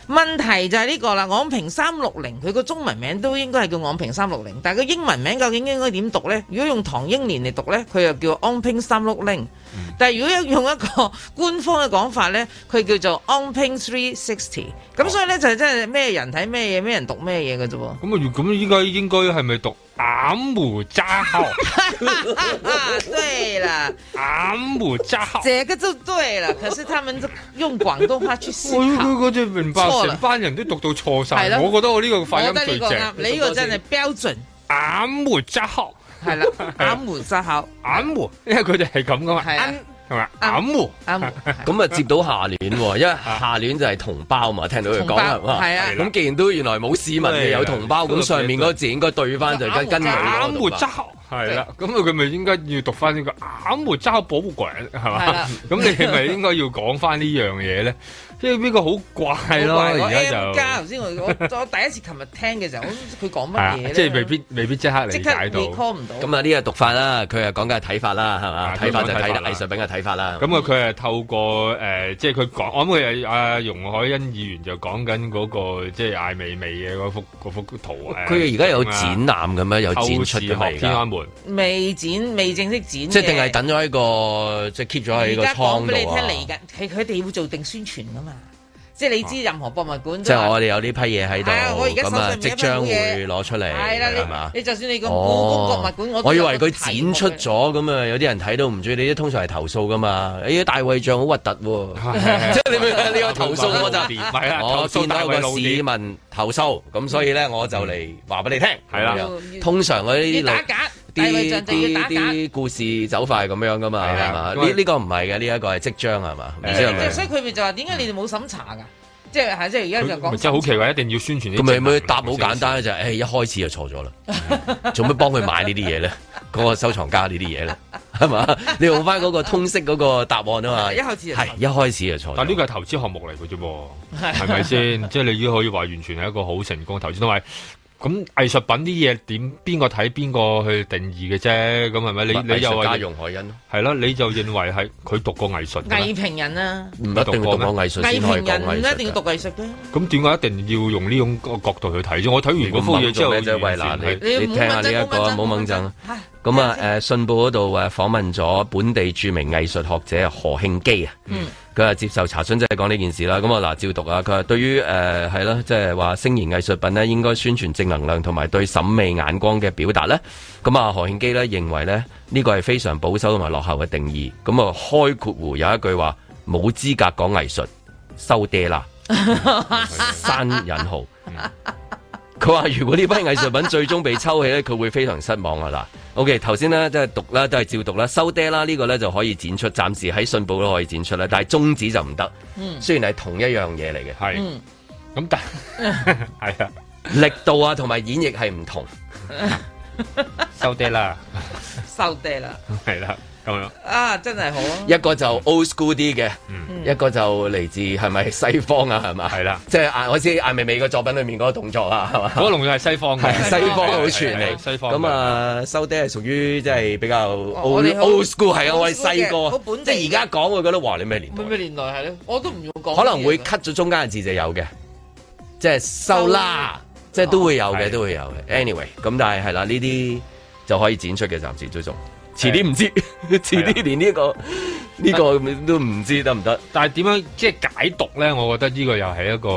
Speaker 4: 問題就係呢個啦，昂平三六零佢個中文名都應該係叫昂平三六零，但係個英文名究竟應該點讀呢？如果用唐英年嚟讀呢，佢又叫昂平三六零；但係如果用一個官方嘅講法呢，佢叫做昂平 three sixty。咁所以呢，就係真係咩人睇咩嘢，咩人讀咩嘢嘅啫喎。
Speaker 3: 咁啊，咁應該應該係咪讀眼胡渣口？
Speaker 4: 啊对了，
Speaker 3: 眼胡渣口。
Speaker 4: 这个就对了。可是他们就用廣東話去思
Speaker 3: 我
Speaker 4: 考。
Speaker 3: 嗰只明白，
Speaker 4: 錯啦
Speaker 3: 成班人都讀到錯
Speaker 4: 係
Speaker 3: 晒。
Speaker 4: 咯
Speaker 3: 我覺得我呢個
Speaker 4: 我
Speaker 3: 發
Speaker 4: 覺
Speaker 3: 音
Speaker 4: 得呢
Speaker 3: 最
Speaker 4: 個
Speaker 3: 正。
Speaker 4: 啱，你呢個真係標準。
Speaker 3: 眼胡渣口。
Speaker 4: 係
Speaker 2: [LAUGHS]
Speaker 4: 啦，眼胡渣口。
Speaker 3: 眼胡，因為佢哋係咁噶嘛。
Speaker 4: 係啊
Speaker 3: 係咪？眼胡。
Speaker 4: 眼
Speaker 2: [LAUGHS]
Speaker 4: 胡。
Speaker 2: 咁啊接到下聯喎，因為下聯就係同胞嘛，聽到佢
Speaker 4: 同
Speaker 2: 講
Speaker 4: 胞
Speaker 2: 係嘛？
Speaker 4: 係啊
Speaker 2: 咁既然都原來冇市民嘅有同胞，咁上面嗰個字應該對翻就
Speaker 4: [LAUGHS]
Speaker 2: 跟跟佢嗰
Speaker 3: 眼
Speaker 2: 個
Speaker 3: 胡
Speaker 2: 讀
Speaker 3: 渣
Speaker 2: 法
Speaker 3: 口。係啦，咁佢咪應該要讀翻呢個眼胡渣口博物館係
Speaker 4: 係
Speaker 3: 嘛
Speaker 4: 啦？
Speaker 3: [LAUGHS] 咁你係咪應該要講翻呢樣嘢咧？即係呢個好怪咯，
Speaker 4: 我
Speaker 3: 而家
Speaker 4: M
Speaker 3: 就
Speaker 4: 加頭先我我我第一次琴日聽嘅時候，我都佢講
Speaker 2: 係
Speaker 4: 乜
Speaker 2: [LAUGHS] 啊
Speaker 4: 嘢咧？
Speaker 2: 即係
Speaker 3: 未必未必即刻
Speaker 4: 即刻 recall 唔到。
Speaker 2: 咁啊呢個讀法啦，佢係講緊係睇法啦，係嘛？睇法就係啊睇藝術品嘅睇法啦。
Speaker 3: 咁啊，佢係透過誒、呃即係佢講，我諗佢係阿容海恩議員就講緊嗰個即係艾未未嘅嗰幅嗰幅圖啊。
Speaker 2: 佢而家有展覽咁樣，有展出
Speaker 3: 透視學
Speaker 2: 嘅咪而
Speaker 3: 天
Speaker 2: 家
Speaker 3: 安門
Speaker 4: 未展，未正式展嘅。
Speaker 2: 即係定係等咗喺個即係 keep 咗喺
Speaker 4: 而
Speaker 2: 個
Speaker 4: 家講
Speaker 2: 倉
Speaker 4: 俾你
Speaker 2: 度
Speaker 4: 聽
Speaker 2: 啊？
Speaker 4: 嚟緊，佢佢哋會做定宣傳噶嘛？即係你知任何博物館
Speaker 2: 即
Speaker 4: 都話
Speaker 2: 係我哋有呢批嘢喺度，
Speaker 4: 係啊我而家手
Speaker 2: 咁
Speaker 4: 上
Speaker 2: 啊
Speaker 4: 面
Speaker 2: 即
Speaker 4: 有一批
Speaker 2: 將
Speaker 4: 好嘢
Speaker 2: 會攞出嚟，
Speaker 4: 係啦，
Speaker 2: 係嘛
Speaker 4: 你？你就算你個故宮博物
Speaker 2: 哦
Speaker 4: 館，我，都
Speaker 2: 我以
Speaker 4: 有
Speaker 2: 為
Speaker 4: 個
Speaker 2: 佢
Speaker 4: 題
Speaker 2: 展
Speaker 4: 目
Speaker 2: 出
Speaker 4: 嘅
Speaker 2: 咗咁啊，有啲人睇到唔中意，你啲通常係投訴噶嘛。哎呀，大衛像好核
Speaker 3: [LAUGHS]
Speaker 2: 突喎，即係你咪你有投訴我就
Speaker 3: 唔 [LAUGHS] 係啦
Speaker 2: 我
Speaker 3: 投訴
Speaker 2: 見
Speaker 3: 大衛
Speaker 2: 到有個
Speaker 3: 老
Speaker 2: 市
Speaker 3: 點嗯
Speaker 2: 民投訴，咁所以咧我就嚟話俾你聽，
Speaker 3: 係啦
Speaker 2: 咁樣通常嗰啲
Speaker 4: 要打假，大衛
Speaker 2: 啲
Speaker 4: 像就要
Speaker 2: 啲
Speaker 4: 打假。
Speaker 2: 啲故事走法係咁樣噶嘛，
Speaker 3: 係
Speaker 2: 係
Speaker 3: 啊
Speaker 2: 嘛？
Speaker 3: 因為
Speaker 2: 呢呢個唔係嘅，呢一個係即將係嘛？唔知係咪
Speaker 4: 即係？所以佢咪就話點解你哋冇審查㗎？即係係即係而家就
Speaker 3: 咪
Speaker 4: 講
Speaker 3: 真係好奇怪，一定要宣傳呢啲
Speaker 2: 咁咪咪
Speaker 3: 政策
Speaker 2: 答好簡單就係，哎誒一開始就錯咗啦，做乜幫佢買呢啲 [LAUGHS] 嘢咧？嗰個收藏家呢啲 [LAUGHS] 嘢咧，係嘛？你用翻嗰個通識嗰個答案啊嘛，
Speaker 4: 一開始就錯
Speaker 2: 係一開始就錯
Speaker 3: 但
Speaker 2: 咗。
Speaker 3: 呢個係投資項目嚟嘅啫噃，係咪
Speaker 4: [LAUGHS]
Speaker 3: 先？即係你已經可以話完全係一個好成功嘅投資，同埋咁藝術品啲嘢點邊個睇邊個去定義嘅啫？咁係咪？
Speaker 2: 咪
Speaker 3: 你你又
Speaker 2: 藝術家
Speaker 3: 話
Speaker 2: 容海恩咯
Speaker 3: 係咯？你就認為係佢讀過藝術嘅咩
Speaker 4: [LAUGHS] 藝評人啊，
Speaker 2: 唔一定要讀過藝
Speaker 4: 藝
Speaker 2: 術先可以
Speaker 4: 評
Speaker 2: 講
Speaker 4: 人唔
Speaker 2: 藝
Speaker 4: 一
Speaker 2: 術
Speaker 4: 定要
Speaker 2: 㗎。
Speaker 4: 讀藝術嘅。
Speaker 3: 咁點解一定要用呢種角度去睇啫？我睇完嗰幅嘢之後，
Speaker 2: 你咁問做咩啫喂嗱
Speaker 3: 完全係
Speaker 2: 你你聽下呢一個啊，冇掹憎。咁啊，誒信報嗰度誒訪問咗本地著名藝術學者何慶基啊。
Speaker 4: 嗯，
Speaker 2: 佢話接受查詢，即係講呢件事啦。咁我嗱照讀啊。佢話對於誒係啦，即係話聲言藝術品呢應該宣傳正能量同埋對審美眼光嘅表達咧。咁啊，何慶基呢認為呢，呢個係非常保守同埋落後嘅定義。咁啊，開括弧有一句話冇資格講藝術，收爹啦，山引號。佢話：如果呢批藝術品最終被抽起咧，佢會非常失望啊！嗱，OK，頭先咧即係讀啦，都係照讀啦，收爹啦，呢、個咧就可以展出，暫時喺信報都可以展出啦，但係宗旨就唔得。
Speaker 12: 嗯
Speaker 2: 雖然係同一樣嘢嚟嘅，
Speaker 3: 係
Speaker 12: 嗯
Speaker 3: 咁但 [LAUGHS] 係啊，
Speaker 2: 力度啊同埋演繹係唔同。
Speaker 3: 收爹啦， [LAUGHS]
Speaker 4: 收爹啦，
Speaker 3: 係啦，咁樣。
Speaker 4: 啊，真係好啊！
Speaker 2: 一個就 old school 啲嘅，
Speaker 4: 嗯
Speaker 2: 一個就嚟自係咪西方啊？係嘛？係
Speaker 3: 啦，
Speaker 2: 即係艾我知啊艾薇薇個作品裏面嗰個動作啊，係嘛？
Speaker 3: 嗰個動作係西方嘅
Speaker 2: 係西方好傳
Speaker 3: 係係
Speaker 2: 嚟。
Speaker 3: 西方嘅
Speaker 2: 咁啊，收爹係屬於即係比較 old
Speaker 4: 哦我哋好
Speaker 2: old school 係啊，
Speaker 4: old
Speaker 2: 我哋
Speaker 4: school
Speaker 2: 細
Speaker 4: 嘅好
Speaker 2: 個
Speaker 4: 本地
Speaker 2: 即係而家講會覺得哇，你咩年代？
Speaker 4: 咩咩年代係咧？我都唔用講。
Speaker 2: 可能會 cut 咗中間嘅字就有嘅，即係收啦，即係都會有
Speaker 4: 哦
Speaker 2: 嘅，都會有嘅。anyway，咁但係係啦，呢啲就可以展出嘅，暫時追蹤。遲啲唔知，
Speaker 3: 啊
Speaker 2: 遲啲連呢個呢個都唔知得唔得。
Speaker 3: 但係點樣即係解讀咧？我覺得呢個又係一個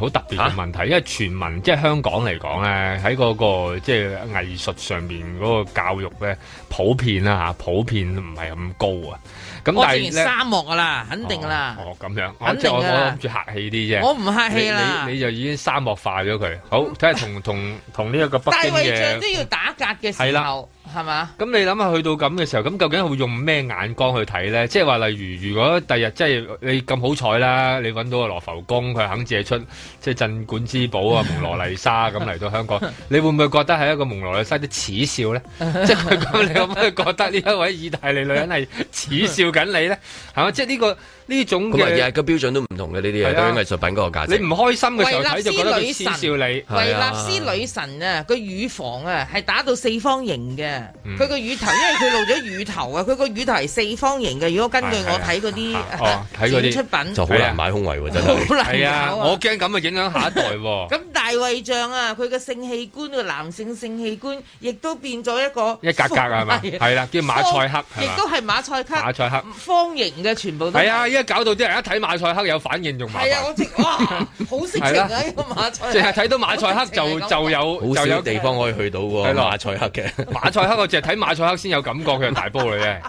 Speaker 3: 好特別嘅問題，因為全民即係香港嚟講咧，喺嗰、個即係藝術上面嗰個教育咧，普遍啦、吓普遍唔係咁高啊。咁但
Speaker 4: 我
Speaker 3: 係
Speaker 4: 自然
Speaker 3: 咧
Speaker 4: 沙漠噶啦，肯定噶啦。
Speaker 3: 哦咁樣，我
Speaker 4: 肯定
Speaker 3: 即係我
Speaker 4: 㗎
Speaker 3: 我諗住客氣啲啫。
Speaker 4: 我唔客氣啦
Speaker 3: 你你你就已經沙漠化咗佢。好，睇下同同同呢一個北
Speaker 4: 大
Speaker 3: 京
Speaker 4: 衛像都
Speaker 3: 嘅。
Speaker 4: 要打格嘅
Speaker 3: 係
Speaker 4: 時
Speaker 3: 啦
Speaker 4: 候，係嘛？
Speaker 3: 咁你諗下去到咁嘅時候，咁究竟會用咩眼光去睇咧？即係話例如，如果第日即係你咁好彩啦，你揾到個羅浮宮，佢肯借出即係鎮館之寶啊，蒙羅麗莎咁嚟到 [LAUGHS] 香港，你會唔會覺得係一個蒙羅麗莎啲恥笑 [LAUGHS] 咧？即係咁，你可唔可以覺得呢一位意大利女人係恥笑緊你咧？係嘛？即係呢個呢種
Speaker 2: 咁啊，
Speaker 3: 嘅
Speaker 2: 日。個標準都唔同嘅呢啲嘢，對
Speaker 3: 係啊
Speaker 2: 於藝術品嗰個價值。
Speaker 3: 你唔開心嘅時候
Speaker 4: 維納
Speaker 3: 睇
Speaker 4: 斯
Speaker 3: 就覺得
Speaker 4: 女
Speaker 3: 佢
Speaker 4: 神
Speaker 3: 恥笑你，
Speaker 4: 維納斯女神啊，個乳房啊係打到四方形嘅，
Speaker 3: 嗯
Speaker 4: 佢個乳頭，因為佢露咗乳頭啊，佢個乳頭係四方形嘅。如果根據
Speaker 3: 係係
Speaker 4: 我睇嗰啲 [LAUGHS]
Speaker 3: 哦，睇嗰啲
Speaker 4: 展出品
Speaker 2: 就好
Speaker 3: 啊
Speaker 2: 難買胸圍喎，真係。
Speaker 4: 好難搞啊
Speaker 3: 係啊，我驚咁啊影響下一代 [LAUGHS] 喎。
Speaker 4: 咁大衛像啊，佢嘅性器官個男性性器官，亦都變咗一個
Speaker 3: 一格格啊係嘛係啦叫馬賽克係
Speaker 4: 方亦
Speaker 3: 嘛
Speaker 4: 都係馬賽克，
Speaker 3: 馬賽克
Speaker 4: 方形嘅全部都
Speaker 3: 係啊，依家搞到啲人一睇馬賽克有反應仲麻
Speaker 4: 係啊，
Speaker 3: 煩，
Speaker 4: 我直哇好色情
Speaker 3: 係啦
Speaker 4: 啊！呢個馬賽
Speaker 3: [LAUGHS]
Speaker 4: 克，
Speaker 3: 淨係睇到馬賽克就就有
Speaker 2: 好
Speaker 3: 就
Speaker 2: 少
Speaker 3: 有
Speaker 2: 地方可以去到
Speaker 3: 啊係
Speaker 2: 喎，
Speaker 3: 咯
Speaker 2: 馬賽克嘅。
Speaker 3: 馬賽克，我淨係睇馬賽克先有感覺佢係大波女
Speaker 4: [LAUGHS]
Speaker 3: 咧，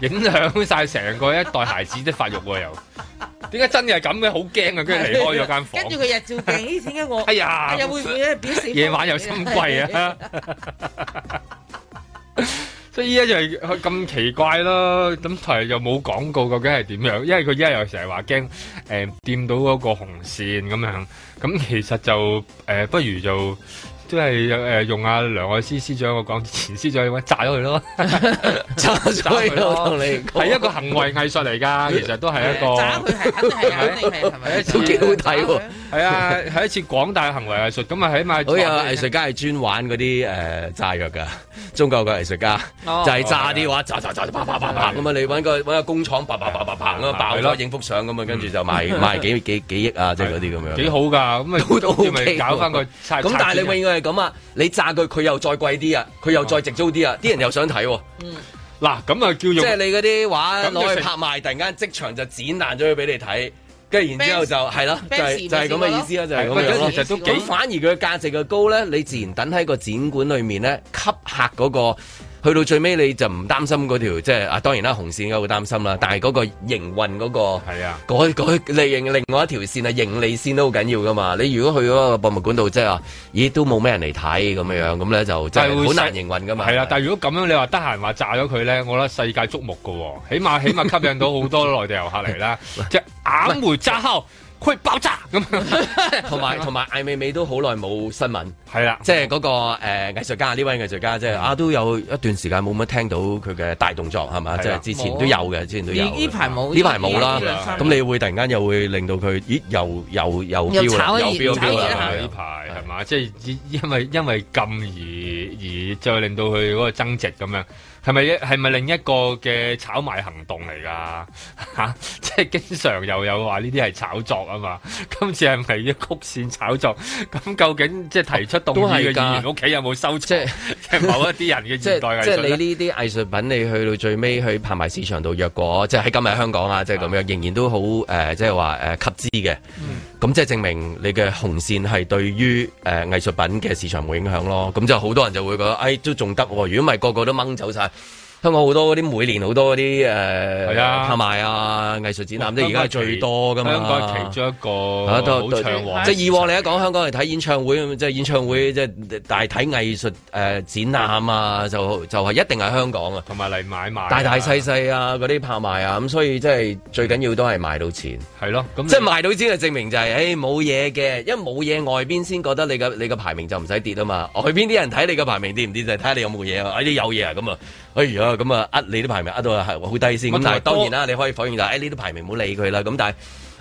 Speaker 3: 影響晒成個一代孩子的發育喎又。點解真係咁嘅？好驚啊！跟住離開咗間房
Speaker 4: 跟，住佢日照鏡，咦？點解我
Speaker 3: 哎呀
Speaker 4: 又會唔會咧表示
Speaker 3: 夜晚又心悸
Speaker 4: [LAUGHS]
Speaker 3: 啊！所以依家就係咁奇怪咯，咁台又冇廣告，究竟係點樣？因為佢依家又成日話驚誒掂到嗰個紅線咁樣，咁其實就誒、呃不如就即係誒用阿梁愛詩司長我 [LAUGHS] 講前司長嘅話炸咗佢咯，
Speaker 2: 炸咗佢咯同你講
Speaker 3: 係一個行為藝術嚟㗎，其實都係一個
Speaker 4: 打佢係肯定係肯定係係咪？
Speaker 2: 都幾好睇喎。
Speaker 3: 係啊，係一次廣大行為藝術，咁啊起碼
Speaker 2: 好有藝術家係專玩嗰啲誒炸藥㗎，中國嘅藝術家
Speaker 3: 哦
Speaker 2: 就係炸啲話炸炸炸啪啪啪啪咁啊！你揾個揾個工廠啪啪啪啪啪咁啊爆
Speaker 3: 哦係咯嗯
Speaker 2: 咗影幅相咁啊，跟住就賣賣
Speaker 3: [LAUGHS]
Speaker 2: 幾幾幾億啊，即係嗰啲咁樣。
Speaker 3: 幾好㗎，咁啊
Speaker 2: 都都
Speaker 3: 跟住
Speaker 2: OK
Speaker 3: 咪搞翻個拆
Speaker 2: 咁但係
Speaker 3: 拆
Speaker 2: 你永遠係咁啊！你炸佢，佢又再貴啲啊，佢又再直租啲啊，啲人又想睇喎。
Speaker 3: 嗱咁啊叫用
Speaker 2: 即係你嗰啲畫
Speaker 3: 咁就
Speaker 2: 攞去
Speaker 3: 成
Speaker 2: 拍賣，突然間即場就剪爛咗佢俾你睇，跟住然之後就
Speaker 3: Benz-
Speaker 2: 係咯，就
Speaker 3: Benz
Speaker 2: 係就係咁嘅意思啦，啊就係
Speaker 3: 咪試
Speaker 2: 咁樣
Speaker 3: 過
Speaker 2: 咯。
Speaker 3: 咯其實都幾
Speaker 2: 咁反而佢嘅價值嘅高咧，你自然等喺個展館裏面咧，吸客嗰個。去到最尾你就唔擔心嗰條，即係啊當然啦，紅線應該會擔心啦，但係嗰個營運嗰、個係
Speaker 3: 啊，
Speaker 2: 嗰嗰另另外一條線啊，盈利線都好緊要噶嘛。你如果去嗰個博物館度，即係話，咦都冇咩人嚟睇咁樣樣，咁咧就真
Speaker 3: 但係
Speaker 2: 係
Speaker 3: 會
Speaker 2: 好難
Speaker 3: 細
Speaker 2: 營運噶嘛。
Speaker 3: 係啊，但係如果咁樣你話得閒話炸咗佢咧，我覺得世界矚目㗎喎，起碼起碼吸引到好多內地遊客嚟
Speaker 2: [LAUGHS]
Speaker 3: 啦，即係眼梅炸烤，佢爆炸咁樣， [LAUGHS]
Speaker 2: 同埋同埋艾美美都好耐冇新聞，
Speaker 3: 係啦，
Speaker 2: 即係嗰個誒藝術家呢位藝術家，
Speaker 3: 嗯
Speaker 2: 即係啊都有一段時間冇乜聽到佢嘅大動作係嘛，
Speaker 4: 係
Speaker 2: 即
Speaker 4: 啦
Speaker 2: 係之前都有嘅，之前都有
Speaker 4: 呢
Speaker 2: 嘅。
Speaker 4: 呢排冇
Speaker 2: 呢排冇啦
Speaker 4: 呢兩三，
Speaker 2: 咁你會突然間又會令到佢，咦又又又
Speaker 4: 又
Speaker 2: 飆
Speaker 4: 炒
Speaker 2: 啦，
Speaker 4: 一
Speaker 2: 又
Speaker 4: 熱
Speaker 2: 飆
Speaker 4: 炒一
Speaker 2: 飆
Speaker 4: 熱係
Speaker 2: 啦，係
Speaker 3: 呢
Speaker 2: 啊
Speaker 3: 排係嘛，即係以因為因為禁而而再令到佢嗰個增值咁樣，係咪係咪另一個嘅炒賣行動嚟㗎？嚇、即係經常又有話呢啲係炒作啊嘛，今次係咪一曲線炒作？咁究竟即係提出動
Speaker 2: 都
Speaker 3: 議嘅
Speaker 2: 係㗎
Speaker 3: 議員屋企有冇收即係某一啲人嘅
Speaker 2: [LAUGHS] 即
Speaker 3: 現代
Speaker 2: 係
Speaker 3: 藝
Speaker 2: 即
Speaker 3: 術
Speaker 2: 係
Speaker 3: 呢
Speaker 2: 你呢啲藝術品，你去到最尾去拍賣市場度，若果即係喺今日香港啊，嗯即係咁樣，仍然都好誒、呃即係話誒吸資嘅。咁即係證明你嘅紅線係對於誒、呃、藝術品嘅市場冇影響咯。咁就好多人就會覺得，誒、哎、都仲得喎。如果唔係個個都掹走晒。香港好多嗰啲每年好多嗰啲誒
Speaker 3: 係啊
Speaker 2: 拍賣啊、藝術展覽，即係而家係最多噶嘛。
Speaker 3: 香港係其中一
Speaker 2: 啊
Speaker 3: 個
Speaker 2: 都
Speaker 3: 哦好
Speaker 2: 都
Speaker 3: 暢旺嘅市場，
Speaker 2: 即係以往你一講香港嚟睇演唱會咁，即係演唱會即係大睇藝術誒、呃展覽啊，就就係一定係香港啊，
Speaker 3: 同埋嚟買賣
Speaker 2: 大大細細啊嗰啲拍賣啊，咁所以即係最緊要都係賣到錢，
Speaker 3: 係咯，咁
Speaker 2: 即係賣到錢就證明就係誒冇嘢嘅，因為冇嘢外邊先覺得你嘅你嘅排名就唔使跌啊嘛，外邊啲人睇你嘅排名跌唔跌就係睇下你有冇嘢啊，哎你有嘢啊咁啊，哎呀咁啊呃你啲排名呃到係好低先，咁
Speaker 3: 咁
Speaker 2: 但係
Speaker 3: 同
Speaker 2: 當
Speaker 3: 埋
Speaker 2: 然啦，你可以否認就係誒呢啲排名唔好理佢啦，咁但係。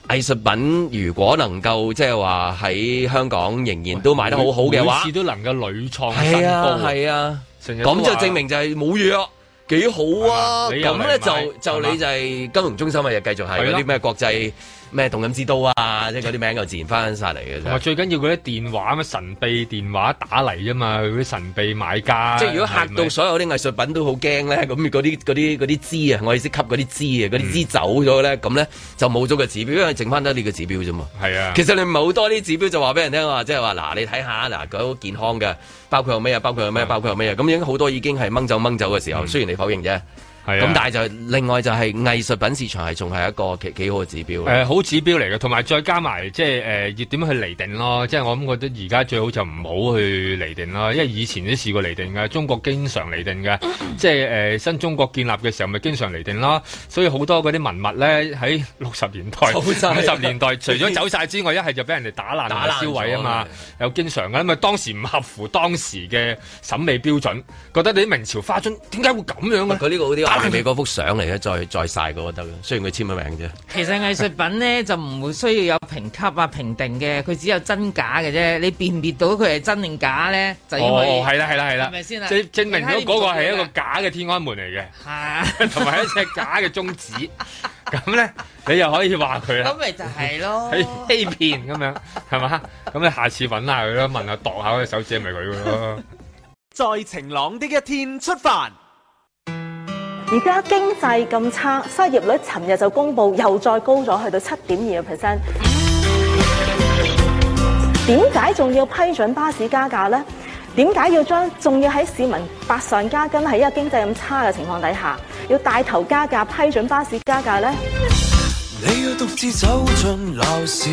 Speaker 2: 藝術品如果能夠即係話喺香港仍然都賣得好好嘅話
Speaker 3: 每，次都能夠屢創新
Speaker 2: 係啊
Speaker 3: 高，
Speaker 2: 係啊，
Speaker 3: 成日都
Speaker 2: 咁就
Speaker 3: 話
Speaker 2: 證明就係冇嘢啊，幾好啊！
Speaker 3: 係嘛你又
Speaker 2: 咁
Speaker 3: 嚟
Speaker 2: 咧
Speaker 3: 買
Speaker 2: 就就
Speaker 3: 係嘛
Speaker 2: 你就係金融中心啊，又繼續係
Speaker 3: 係
Speaker 2: 嗰
Speaker 3: 咯
Speaker 2: 啲咩國際咩動感之都啊，即係嗰啲名又自然翻晒嚟嘅
Speaker 3: 同埋
Speaker 2: 啫。
Speaker 3: 最緊要嗰啲電話咩神秘電話打嚟啫嘛，嗰啲神秘買家。
Speaker 2: 即係如果嚇
Speaker 3: 係
Speaker 2: 到
Speaker 3: 咪
Speaker 2: 所有啲藝術品都好驚咧，咁嗰啲嗰啲嗰啲枝啊，我意思吸嗰啲枝啊，嗰
Speaker 3: 嗯
Speaker 2: 啲枝走咗咧，咁咧就冇咗個指標，因為剩翻得呢個指標啫嘛。
Speaker 3: 係啊，
Speaker 2: 其實你唔係好多啲指標就話俾人聽啊話，即係話嗱，你睇下嗱，佢好健康嘅，包括有咩啊，包括有咩，包括有
Speaker 3: 嗯
Speaker 2: 咩啊，咁已經好多已經係掹走掹走嘅時候，雖然你否認啫，
Speaker 3: 係啊
Speaker 2: 咁但係就另外就係藝術品市場係仲係一個幾幾好嘅指標。
Speaker 3: 誒、呃好指標嚟嘅，同埋再加埋即係誒、呃要點樣去釐定咯？即係我諗覺得而家最好就唔好去釐定啦，因為以前都試過釐定嘅，中國經常釐定嘅，即係誒、呃新中國建立嘅時候咪經常釐定啦。所以好多嗰啲文物咧喺 [LAUGHS] 六十年代、
Speaker 2: 走
Speaker 3: 五
Speaker 2: 晒
Speaker 3: 十年代，除咗走晒之外，一係就俾人哋打爛
Speaker 2: 打
Speaker 3: 打
Speaker 2: 爛
Speaker 3: 銷毀啊
Speaker 2: 咗
Speaker 3: 嘛，有經常嘅，因為啊當時唔合乎當時嘅審美標準，覺得你啲明朝花樽點解會咁樣嘅？
Speaker 2: 佢呢個好啲我哋美國幅相嚟嘅，再再晒嗰個得啦，雖然佢簽咗名啫。
Speaker 4: 其實藝術品咧就唔會需要有評級啊評定嘅，佢只有真假嘅啫。你辨別到佢係真定假咧，就已經可以
Speaker 3: 哦，係啦，係啦，係啦，
Speaker 4: 係咪先啊？
Speaker 3: 即係證明咗嗰個係一個
Speaker 4: 你睇呢
Speaker 3: 假嘅天安門嚟嘅。
Speaker 4: 個啊，
Speaker 3: [LAUGHS] 同埋一隻假嘅中指，咁咧你又可以話佢啦
Speaker 4: 咁，咪就係咯。
Speaker 3: 係欺騙咁樣，係嘛？咁你下次揾下佢啦，問下度下佢手指係咪佢嘅咯。
Speaker 5: 在晴朗的一天出發。
Speaker 13: 而家經濟咁差，失業率尋日就公布又再高咗，去到七點二個 percent。點解仲要批准巴士加價呢？點解要將仲要喺市民百上加斤喺一個經濟咁差嘅情況底下，要帶頭加價批准巴士加價呢？
Speaker 14: 你要獨自走進鬧市，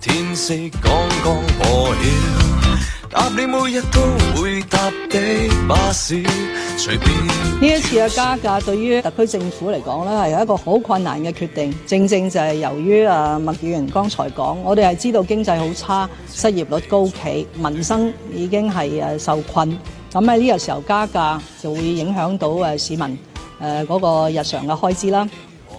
Speaker 14: 天色剛剛破曉，答你每日都會搭的巴士，隨便。
Speaker 8: 呢一次嘅加價對於特區政府嚟講呢係一個好困難嘅決定。正正就係由於啊麥議員剛才講，我哋係知道經濟好差，失業率高企，民生已經係誒受困。咁喺呢個時候加價就會影響到誒市民誒嗰個日常嘅開支啦。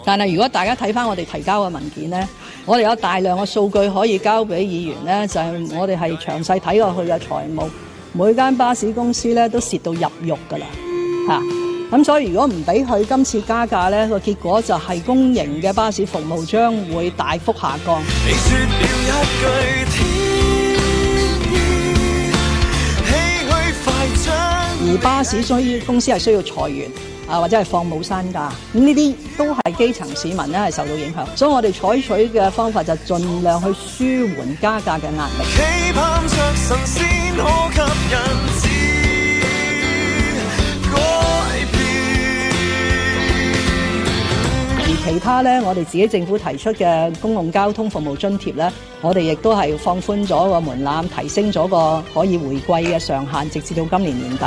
Speaker 8: 但係如果大家睇翻我哋提交嘅文件呢，我哋有大量嘅數據可以交俾議員呢，就係、我哋係詳細睇過佢嘅財務，每間巴士公司呢都蝕到入肉㗎啦嚇。啊咁、所以如果唔俾佢今次加價呢，個結果就係公營嘅巴士服務將會大幅下降。
Speaker 14: 你說了一句天意，唏噓快將。
Speaker 8: 而巴士需要公司係需要裁員啊，或者係放冇山假，咁呢啲都係基層市民咧係受到影響，所以我哋採取嘅方法就盡量去舒緩加價嘅壓力。
Speaker 14: 期盼着神仙可給人知改
Speaker 8: 而其他咧，我哋自己政府提出嘅公共交通服務津貼咧，我哋亦都係放寬咗個門檻，提升咗個可以回歸嘅上限，直至到今年年底。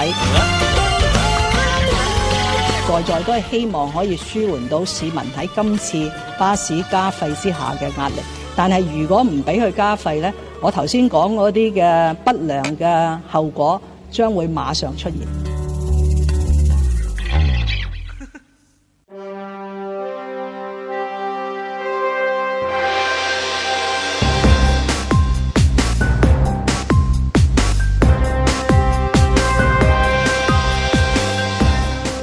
Speaker 8: 在在都係希望可以舒緩到市民喺今次巴士加費之下嘅壓力。但係如果唔俾佢加費咧，我頭先講嗰啲嘅不良嘅後果將會馬上出現。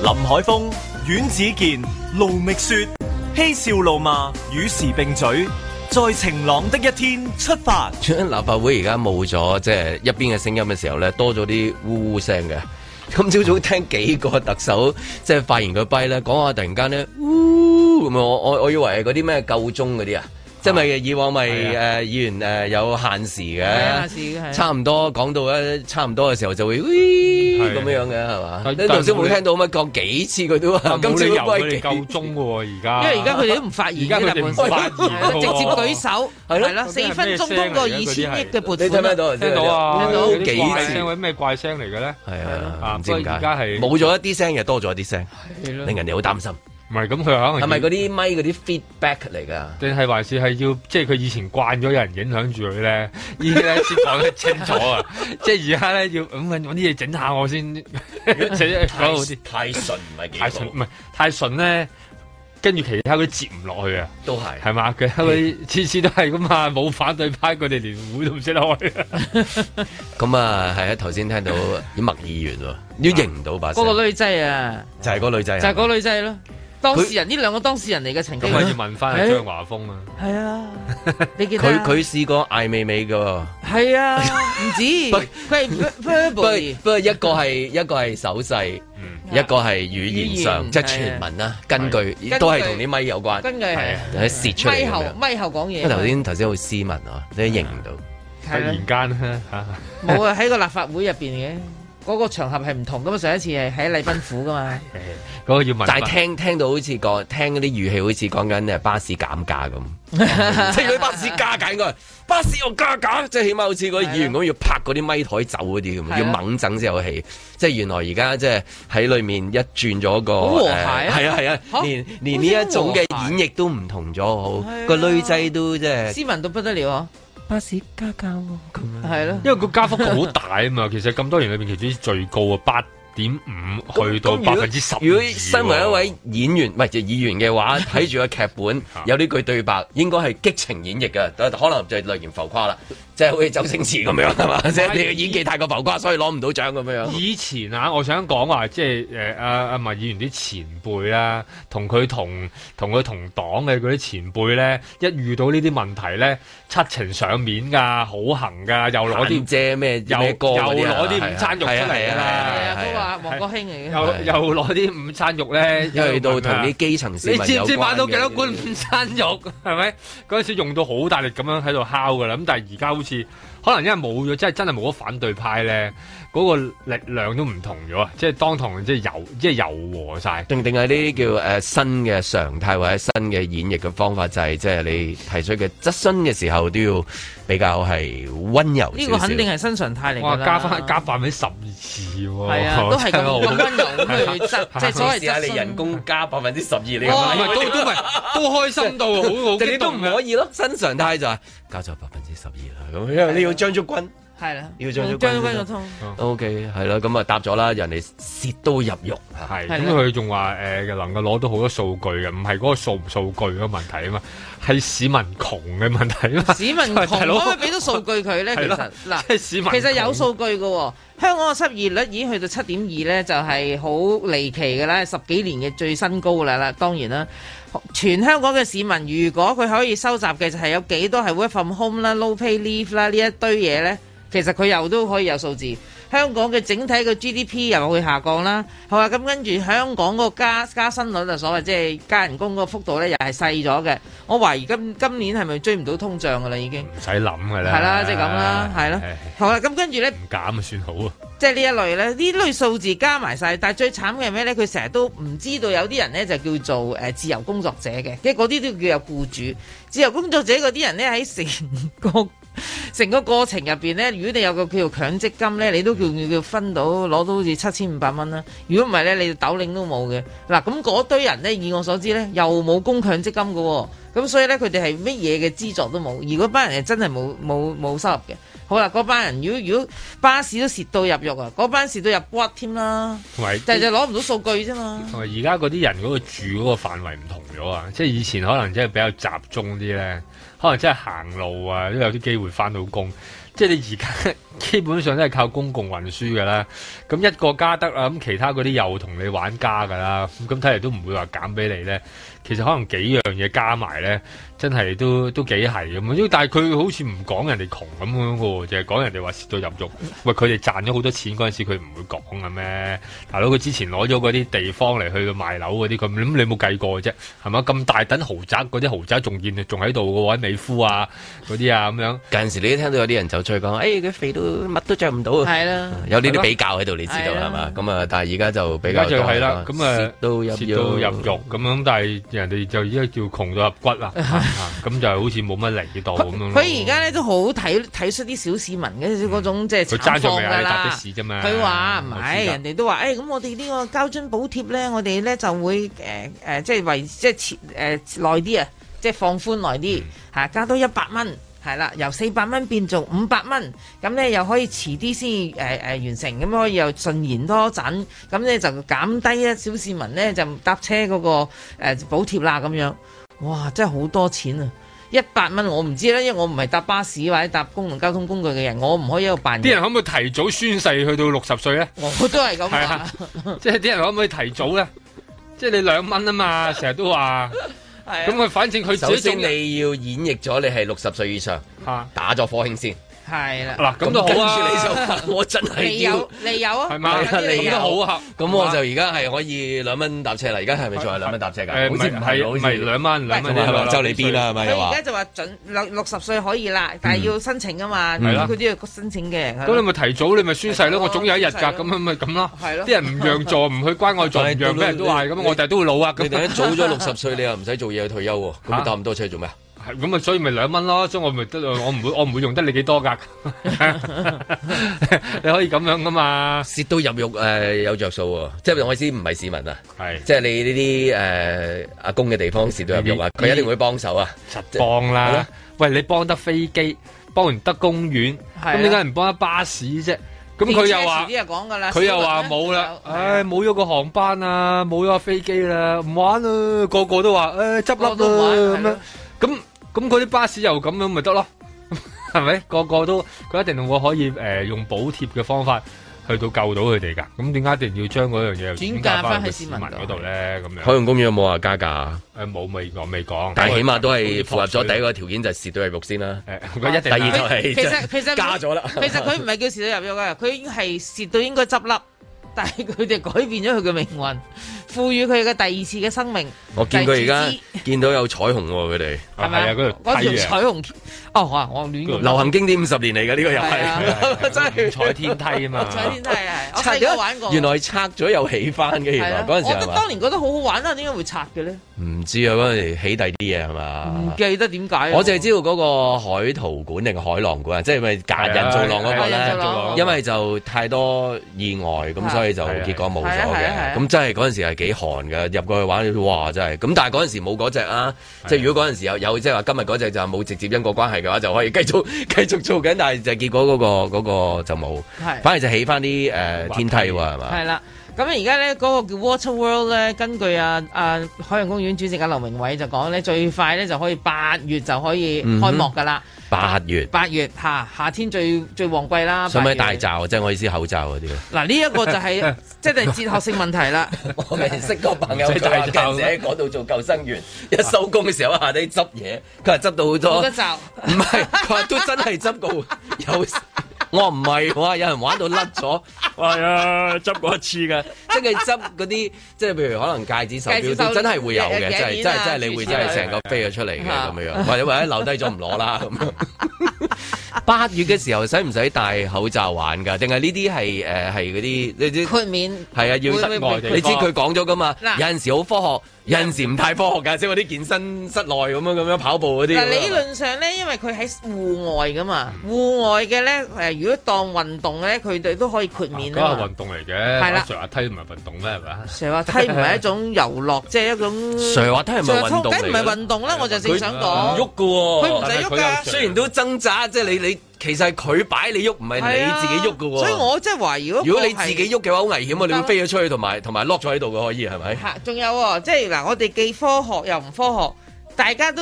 Speaker 1: 林海峰、阮子健、卢觅雪，嬉笑怒骂，与时并举，在晴朗的一天出发。
Speaker 2: 立法會而家冇咗即係一邊嘅聲音嘅時候咧，多咗啲呜呜聲嘅。今朝早聽幾個特首即係發言佢跛咧，講下突然間咧，呜咁啊！我我我以為係嗰啲咩夠鐘嗰啲啊，即係咪以往咪誒議員誒有限時
Speaker 4: 啊限時嘅係
Speaker 2: 嘅，
Speaker 4: 啊
Speaker 2: 差唔多講到咧，差唔多嘅時候就會咦咁樣嘅係嘛？
Speaker 3: 但
Speaker 2: 你頭先冇
Speaker 3: 但
Speaker 2: 聽到咩？講幾次佢都話，
Speaker 3: 但
Speaker 2: 今
Speaker 3: 冇
Speaker 2: 次
Speaker 3: 理由
Speaker 2: 都
Speaker 3: 佢
Speaker 2: 歸
Speaker 3: 哋夠鐘嘅喎，而家。
Speaker 4: 因為而家佢哋都唔發言
Speaker 3: 而家佢哋唔發言
Speaker 4: 係
Speaker 3: 嘅喎
Speaker 4: 咯直接舉手，
Speaker 3: 係咯
Speaker 4: 係啦，四
Speaker 3: 咁係
Speaker 4: 分
Speaker 3: 咩
Speaker 4: 鐘通過二千億嘅撥款啊，
Speaker 2: 你聽唔聽到啊
Speaker 3: 聽到啊，
Speaker 2: 聽到
Speaker 3: 有啲
Speaker 2: 幾
Speaker 3: 怪
Speaker 2: 次
Speaker 3: 聲或者咩怪聲嚟嘅咧？
Speaker 2: 係啊，唔知
Speaker 3: 不過
Speaker 2: 點解
Speaker 3: 而家係
Speaker 2: 冇咗一啲聲，又多咗一啲聲，
Speaker 3: 係咯
Speaker 2: 令人哋好擔心。
Speaker 3: 唔係咁，佢可能
Speaker 2: 係咪嗰啲咪嗰啲 feedback 嚟㗎？
Speaker 3: 定係還是係要即係佢以前慣咗有人影響住佢咧，依家咧先講得清楚啊！即係而家咧要咁揾啲嘢整下我先， [LAUGHS] 整
Speaker 2: 太
Speaker 3: 好啲。
Speaker 2: 太純唔係幾好
Speaker 3: 太純唔係太純咧，跟住其他嗰啲接唔落去啊！
Speaker 2: 都係
Speaker 3: 係嘛？佢嗰
Speaker 2: 嗯
Speaker 3: 啲次次都係咁啊！冇反對派，佢哋連會都唔識得開啊！
Speaker 2: 咁啊，係啊，頭先聽到啲麥議員喎，要認唔到把聲，
Speaker 4: 嗰個女仔啊，
Speaker 2: 就係嗰個女仔
Speaker 4: 就
Speaker 2: 啊，
Speaker 4: 係嗰個女仔咯。當事人呢兩個當事人嚟嘅曾經，
Speaker 2: 咁啊要
Speaker 3: 問翻係張華峰啊！
Speaker 2: [LAUGHS]
Speaker 4: 係啊，你記得
Speaker 2: 佢
Speaker 4: 啊
Speaker 2: 佢試過嗌美美㗎 [LAUGHS]
Speaker 4: 係啊，唔止佢係
Speaker 2: 喎，不過
Speaker 4: verbal
Speaker 2: 不過一個係一個係手勢，一個係語言
Speaker 4: 嗯語
Speaker 2: 上，
Speaker 4: 言
Speaker 2: 即係傳聞啦，
Speaker 4: 係
Speaker 2: 根據都係同啲咪有關，
Speaker 4: 根據係
Speaker 2: 係泄出嚟
Speaker 4: 咪
Speaker 2: 咁
Speaker 4: 後
Speaker 2: 樣
Speaker 4: 咪後講
Speaker 2: 因
Speaker 4: 嘢
Speaker 2: 為。頭先頭先好斯文啊，你認唔到，啊
Speaker 4: 係啦
Speaker 3: 突然間嚇
Speaker 4: 冇啊，喺個立法會入邊嘅嗰個場合係唔同噶嘛，上一次係喺禮賓府噶嘛。
Speaker 3: 嗰個要問
Speaker 2: 但
Speaker 3: 翻
Speaker 2: 係聽聽到好似講聽嗰啲語氣，好似講緊誒巴士
Speaker 4: [LAUGHS]
Speaker 2: 減價咁。即係嗰啲巴士加價應該，巴士又加價，即係起碼好似嗰啲議員咁要拍嗰啲咪台走嗰啲
Speaker 4: 啊係
Speaker 2: 咁，
Speaker 4: 啊
Speaker 2: 要猛整先有氣。即係原來而家即係喺裏面一轉咗個，
Speaker 4: 好和諧啊
Speaker 2: 呃係啊係
Speaker 4: 嚇
Speaker 2: 啊，連連呢
Speaker 4: 好似好
Speaker 2: 一種嘅
Speaker 4: 和諧
Speaker 2: 演繹都唔同咗，好
Speaker 4: 係啊
Speaker 2: 個女仔都即係
Speaker 4: 斯文到不得了啊！
Speaker 2: 巴士加價喎，咁
Speaker 4: 係咯，
Speaker 3: 因為個加幅好大啊嘛，其實咁多年裏邊，其實最高啊，八點五去到
Speaker 2: 咁如果
Speaker 3: 百分之十。
Speaker 2: 如果身為一位演員，唔係就議員嘅話，睇住個劇
Speaker 3: [LAUGHS]
Speaker 2: 本
Speaker 3: 啊
Speaker 2: 有呢句對白，應該係激情演繹嘅，但可能就係略嫌浮誇啦， [LAUGHS] 即係好似周星馳咁樣係
Speaker 3: [LAUGHS]
Speaker 2: 嘛？即係你嘅演技太過浮誇，所以攞唔到獎咁樣。
Speaker 3: 以前啊，我想講話，即係誒阿阿麥議員啲前輩啦、同佢同同佢同黨嘅嗰啲前輩咧，一遇到呢啲問題咧，七情上面㗎，好行㗎，又攞啲
Speaker 2: 啲遮咩
Speaker 3: 又
Speaker 2: 咩歌
Speaker 3: 又
Speaker 2: 嗰啲啊
Speaker 3: 攞啲午餐肉出
Speaker 2: 係啊
Speaker 3: 嚟
Speaker 2: 係
Speaker 3: 㗎啦
Speaker 2: 啊係啊，
Speaker 4: 嗰個啊黃國興嚟嘅，
Speaker 3: 又又攞啲午餐肉
Speaker 2: [LAUGHS]
Speaker 3: 咧，
Speaker 2: 因為到
Speaker 3: 又問
Speaker 2: 同
Speaker 3: 啊
Speaker 2: 啲基層市
Speaker 3: 你
Speaker 2: 民
Speaker 3: 知唔知
Speaker 2: 有關
Speaker 3: 買到
Speaker 2: 嘅
Speaker 3: 幾多罐午餐肉？係咪 [LAUGHS] 嗰陣時用到好大力咁樣喺度敲噶啦？咁但係而家好似可能因為冇咗，即係真係冇咗反對派咧，嗰、個力量都唔同咗啊！即係當堂即係柔即係柔和晒。
Speaker 2: 定定係呢啲叫誒、呃新嘅常態或者新嘅演繹嘅方法，就係即係你提出嘅質詢嘅時候都要比較係温柔
Speaker 4: 呢個
Speaker 2: 少少
Speaker 4: 肯定係新常態嚟
Speaker 3: 哇！
Speaker 4: 㗎啦。
Speaker 3: 加翻加百分之十二次喎，
Speaker 4: 係啊都係咁
Speaker 3: 真
Speaker 4: [LAUGHS]
Speaker 3: 好
Speaker 4: 咁温柔
Speaker 2: [LAUGHS]
Speaker 4: 咁去質即係所謂
Speaker 2: 試下
Speaker 4: 質
Speaker 2: 你
Speaker 4: 詢
Speaker 2: 人工加百分之十二，你
Speaker 4: 哇
Speaker 2: 唔係
Speaker 3: 都都唔係都開心到好
Speaker 4: [LAUGHS]
Speaker 3: 好
Speaker 2: 即係
Speaker 3: 激
Speaker 2: 你都唔
Speaker 3: 動啊
Speaker 2: 可以咯。新常態就係加咗百分之十二啦，咁因為你要張竹君。
Speaker 4: 係啦，
Speaker 2: 要張竹君
Speaker 4: 張君個通。
Speaker 2: O K，係啦，咁啊答咗啦，人哋舌刀入肉
Speaker 3: 係，咁
Speaker 4: 係啊啦
Speaker 3: 啊佢仲話誒能夠攞到好多數據嘅，唔係嗰個數唔數據嘅問題啊嘛，係市民窮嘅問題啊嘛。
Speaker 4: [LAUGHS] 市民窮
Speaker 3: 大佬
Speaker 4: 可唔可以俾到數據佢咧？其
Speaker 3: 係咯
Speaker 4: 實嗱，
Speaker 3: 即係市民窮
Speaker 4: 其實有數據嘅喎。香港嘅失業率已經去到七點二咧，就係好離奇嘅啦，十幾年嘅最新高㗎啦啦。當然啦，全香港嘅市民如果佢可以收集嘅就係有幾多係 work from home 啦、low pay leave 啦呢一堆嘢咧，其實佢又都可以有數字。香港嘅整體嘅 GDP 又會下降啦，好啊，咁跟住香港嗰個加加薪率啊，所謂即係加人工嗰個幅度咧，又係細咗嘅。我懷疑今今年係咪追唔到通脹㗎啦已經？
Speaker 3: 唔使諗噶啦，
Speaker 4: 係啦即係咁啦係咯
Speaker 3: 唉
Speaker 4: 好啦，咁跟住咧，
Speaker 3: 唔減啊算好啊，
Speaker 4: 即係呢一類咧，呢類數字加埋晒，但係最慘嘅係咩咧？佢成日都唔知道有啲人咧就叫做誒、呃自由工作者嘅，即係嗰啲都叫有僱主。自由工作者嗰啲人咧喺成個成個過程入邊咧，如果你有個叫做強積金咧，你都叫叫分到攞到好似七千五百蚊啦。如果唔係咧，你斗領都冇嘅。嗱，咁嗰堆人咧，以我所知咧，又冇供強積金嘅喎、咁所以咧，佢哋係乜嘢嘅資助都冇，而嗰班人係真係冇冇冇收入嘅。好啦，嗰班人如果如果巴士都蝕到入肉啊，嗰班蝕到入骨添啦，
Speaker 3: 同埋
Speaker 4: 但係就攞唔到數據啫嘛。
Speaker 3: 同埋而家嗰啲人嗰個住嗰個範圍唔同咗啊，即係以前可能真係比較集中啲咧，可能真係行路啊都有啲機會翻到工。即係你而家 [LAUGHS] 基本上都係靠公共運輸㗎啦，咁一個加得啦，咁其他嗰啲又同你玩加㗎啦，咁睇嚟都唔會話減俾你咧。其實可能幾樣嘢加埋咧，真係都都幾係咁。因為但係佢好似唔講人哋窮咁樣嘅喎，就係講人哋話蝕到入肉。喂，佢哋賺咗好多錢嗰陣時，佢唔會講嘅咩？大佬佢之前攞咗嗰啲地方嚟去賣樓嗰啲，佢咁你冇計過啫，係嘛？咁大等豪宅嗰啲豪宅仲現仲喺度嘅喎，喺美孚啊嗰啲啊咁樣。
Speaker 2: 有陣時你都聽到有啲人走出去講，誒、佢肥到乜都着唔到啊！
Speaker 4: 係啦，
Speaker 2: 有呢啲比較喺度，你知道
Speaker 3: 係啦
Speaker 2: 係嘛？咁啊，但係而家就比
Speaker 3: 而
Speaker 2: 較
Speaker 3: 家
Speaker 2: 多
Speaker 3: 就係啦，
Speaker 2: 係
Speaker 3: 咁啊，
Speaker 2: 蝕到入
Speaker 3: 蝕到入肉咁樣，但係人哋就而家叫窮到入骨啦，啊咁就好似冇乜力度哦咁樣咯。
Speaker 4: 佢而家咧都好睇睇出啲小市民嘅嗰種即係
Speaker 3: 佢爭
Speaker 4: 慘
Speaker 3: 在
Speaker 4: 況
Speaker 3: 未
Speaker 4: 㗎
Speaker 3: 嗌搭的
Speaker 4: 啦。
Speaker 3: 士啫嘛。
Speaker 4: 佢話唔
Speaker 3: 我
Speaker 4: 係，
Speaker 3: 知㗎
Speaker 4: 人哋都話，誒、哎咁我哋呢個交津補貼咧，我哋咧就會誒誒、呃即係維即係設誒耐啲啊，即係放寬耐
Speaker 3: 嗯
Speaker 4: 啲嚇，加多一百蚊。係啦，由四百蚊變做五百蚊，咁咧又可以遲啲先誒誒完成，咁可以又順延多陣，咁咧就減低咧小市民咧就搭車嗰、個誒、呃、補貼啦咁樣。哇！真係好多錢啊！一百蚊我唔知啦，因為我唔係搭巴士或者搭公共交通工具嘅人，我唔可以喺度扮嘢。
Speaker 3: 啲人可唔可以提早宣誓去到六十歲咧？
Speaker 4: 我都係咁
Speaker 3: 係啊
Speaker 4: 啊，
Speaker 2: 嗯
Speaker 3: 即係啲人可唔可以提早咧？即係你兩蚊啊嘛，成日都話。咁佢反正佢
Speaker 2: 首
Speaker 3: 自己
Speaker 2: 先
Speaker 3: 仲啊
Speaker 2: 你要演繹咗你係六十歲以上，打咗科興先。
Speaker 4: 係啦。
Speaker 2: 嗱
Speaker 3: 咁都好
Speaker 2: 跟住
Speaker 3: 啊
Speaker 2: 你就我真係
Speaker 4: 你
Speaker 2: 要
Speaker 4: 有你有啊，
Speaker 2: 係嘛
Speaker 4: 有啲
Speaker 2: 你
Speaker 4: 有
Speaker 2: 有
Speaker 3: 啊
Speaker 2: 咁我就而家係可以兩蚊搭車啦。而家係咪仲係兩蚊搭車㗎？
Speaker 3: 誒
Speaker 2: 好似唔
Speaker 3: 唔係
Speaker 2: 係，好
Speaker 3: 唔
Speaker 2: 似
Speaker 3: 係兩蚊兩蚊啊
Speaker 2: 咁啊
Speaker 3: 兩
Speaker 2: 就你邊啦，係咪
Speaker 4: 佢
Speaker 2: 又
Speaker 4: 而
Speaker 2: 話
Speaker 4: 家？就話準六六十歲可以啦，但係要申請啊嘛，
Speaker 3: 嗯係啦
Speaker 4: 咁佢都要申請嘅。
Speaker 3: 咁你咪提早，你咪宣誓咯。
Speaker 4: 係咯
Speaker 3: 我總有一日
Speaker 4: 宣誓
Speaker 3: 㗎，
Speaker 4: 咯
Speaker 3: 咁樣咪咁咯。
Speaker 4: 係咯
Speaker 3: 啲人唔讓座，唔去關愛座，唔讓俾人都係咁。我哋都會老啊。咁
Speaker 2: 你等一早咗六十歲，你又唔使做嘢去退休喎，咁
Speaker 3: 嚇
Speaker 2: 你搭咁多車做咩啊？
Speaker 3: 係 [LAUGHS] 咁啊，所以咪兩蚊咯，所以我咪得，我唔會，我唔會用得你幾多㗎。 [LAUGHS] 你可以咁樣噶嘛？
Speaker 2: 蝕到入肉誒、有着數喎，即係我意思唔係市民啊，
Speaker 3: 係
Speaker 2: 即係你呢啲誒阿公嘅地方蝕到入肉啊，
Speaker 3: 呢啲
Speaker 2: 佢一定會幫手啊，
Speaker 3: 嗯幫
Speaker 2: 係
Speaker 3: 啦
Speaker 2: 咯。
Speaker 3: 喂，你幫得飛機，幫完得公園，
Speaker 4: 係啊
Speaker 3: 咁點解唔幫得巴士啫？咁佢又話
Speaker 4: 電車遲啲就講㗎啦，
Speaker 3: 佢又話
Speaker 4: 小
Speaker 3: 冇啦，唉冇咗個航班啊，冇咗個飛機啦，唔玩啦，個個都話唉執笠
Speaker 4: 個個都唔玩係
Speaker 3: 啦
Speaker 4: 咯
Speaker 3: 咁樣，咁咁嗰啲巴士又咁樣咪得咯， [LAUGHS] 係咪？個個都佢一定會可以誒、呃用補貼嘅方法去到救到佢哋㗎，咁點解一定要將嗰樣嘢又
Speaker 4: 轉
Speaker 3: 轉
Speaker 4: 嫁
Speaker 3: 嫁
Speaker 4: 返
Speaker 3: 翻
Speaker 4: 去
Speaker 3: 去
Speaker 4: 市
Speaker 3: 市
Speaker 4: 民
Speaker 3: 民嗰度咧？咁樣
Speaker 2: 海洋公園有冇話加價啊？
Speaker 3: 誒冇未講未講，
Speaker 2: 但係起碼都係符合咗第一個條件，就係蝕到入肉先啦。
Speaker 3: 佢一定
Speaker 2: 第二就係
Speaker 4: 其實其實
Speaker 2: 加咗啦
Speaker 4: 其實佢唔係叫蝕到入肉啊，佢已經係蝕到應該執笠，但係佢哋改變咗佢嘅命運，賦予佢嘅第二次嘅生命。
Speaker 2: [LAUGHS] 我見佢而
Speaker 4: 第二次
Speaker 2: 家見到有彩虹喎，佢哋
Speaker 4: 係咪嗰條彩虹橋？哦，哇！我亂咁
Speaker 2: 流行經典五十年嚟嘅呢個又
Speaker 4: 係啊
Speaker 2: [LAUGHS] 係，
Speaker 4: 真係
Speaker 3: 彩天梯啊
Speaker 4: [LAUGHS]
Speaker 3: 嘛
Speaker 4: 彩天梯係，
Speaker 3: [LAUGHS]
Speaker 4: 我細個玩過。
Speaker 2: 原來拆咗又起翻嘅，原
Speaker 4: 係
Speaker 2: 來
Speaker 4: 啊
Speaker 2: 嗰陣時
Speaker 4: 我
Speaker 2: 係
Speaker 4: 都
Speaker 2: 嘛
Speaker 4: 當？年覺得好好玩啦，點解會拆嘅咧？
Speaker 2: 唔知啊，嗰陣時起第啲嘢係
Speaker 4: 唔
Speaker 2: 嘛？
Speaker 4: 記得點解啊。
Speaker 2: 我淨係知道嗰個海淘館定海浪館啊，即係咪假人造浪嗰個
Speaker 4: 係啊係啊人造浪嗰
Speaker 2: 咧？
Speaker 4: 個
Speaker 2: 因為就太多意外，咁所以就
Speaker 3: 係啊
Speaker 2: 結果冇咗
Speaker 4: 係啊係啊係啊
Speaker 2: 嘅。咁真係嗰陣時係幾寒㗎，入過去玩，哇！真係。咁但係嗰陣時冇嗰只啊，即係如果嗰陣時有有，即係話今日嗰只就冇直接因果關係嘅話，就可以繼續 [LAUGHS] 繼續做緊，但係就結果嗰個嗰個就冇
Speaker 4: 係，
Speaker 2: 反而就起翻啲誒天梯喎，係嘛？
Speaker 4: 係啦。咁而家咧嗰個叫 Water World 咧，根據啊啊海洋公園主席阿劉明偉就講咧，最快咧就可以八月就可以
Speaker 2: 嗯
Speaker 4: 開幕噶啦。
Speaker 2: 八月，
Speaker 4: 八月嚇夏天最最旺季啦。
Speaker 2: 使
Speaker 4: 八
Speaker 2: 唔使
Speaker 4: 月
Speaker 2: 戴罩？啊即係我意思口罩嗰啲啊
Speaker 4: 嗱呢一個就
Speaker 2: [LAUGHS]
Speaker 4: 係即係哲學性問題啦。
Speaker 2: 我咪識個朋友，佢話近時喺嗰度做救生 [LAUGHS] 員，一收工嘅時候喺下低執嘢，佢話執到 [LAUGHS] 好
Speaker 4: 冇
Speaker 2: 多
Speaker 4: 得，罩。
Speaker 2: 唔係佢話都真係執過有。我唔係，我話有人玩到甩咗，係啊，執過一次㗎，即係執嗰啲，即係譬如可能戒指手
Speaker 4: 戒指
Speaker 2: 錶
Speaker 4: 手
Speaker 2: 都真係會有
Speaker 4: 戒
Speaker 2: 嘅，
Speaker 4: 指
Speaker 2: 真係
Speaker 4: 戒指
Speaker 2: 真
Speaker 4: 啊
Speaker 2: 係真係你會
Speaker 4: 戒指
Speaker 2: 真係
Speaker 4: 啊
Speaker 2: 成個飛咗出嚟嘅
Speaker 4: 啊
Speaker 2: 咁樣，或者或者留低咗唔攞啦咁樣。
Speaker 4: [LAUGHS]
Speaker 2: 八月嘅時候使唔使戴口罩玩㗎？定係呢啲係誒係嗰啲你知
Speaker 4: 豁免
Speaker 2: 係啊，要
Speaker 4: 會會會
Speaker 2: 你知佢講咗噶嘛？
Speaker 4: 嗱
Speaker 2: 有陣時好科學，有陣時唔太科學㗎，即係嗰啲健身室內咁樣咁樣跑步嗰啲。
Speaker 4: 嗱理論上咧，因為佢喺戶外噶嘛，
Speaker 2: 嗯
Speaker 4: 戶外嘅咧誒，如果當運動咧，佢哋都可以豁免
Speaker 3: 嗰
Speaker 4: 啊
Speaker 3: 係
Speaker 4: 嘛
Speaker 3: 運。動嚟
Speaker 4: 係啦
Speaker 3: 嘅，上下梯唔係運動咩？係咪？
Speaker 4: 成日 [LAUGHS] 話梯唔係一種遊樂，即係一種。
Speaker 2: 上滑梯係咪運
Speaker 4: 上
Speaker 2: 動嚟㗎
Speaker 4: 滑梯梗唔係運動啦，我就正想
Speaker 2: 唔
Speaker 4: 講。
Speaker 2: 喐㗎喎，
Speaker 4: 佢唔使喐㗎
Speaker 2: 雖然都掙扎，即係你你其實係佢擺你喐，唔係
Speaker 4: 係
Speaker 2: 你
Speaker 4: 啊
Speaker 2: 自己喐㗎喎。
Speaker 4: 所以我真係懷疑嗰個
Speaker 2: 如果你
Speaker 4: 係
Speaker 2: 自己喐嘅話，好危險啊！你會飛咗出去，同埋同埋 lock 咗喺度嘅，可以係咪？
Speaker 4: 嚇，仲有喎，即係嗱，我哋既科學又唔科學，大家都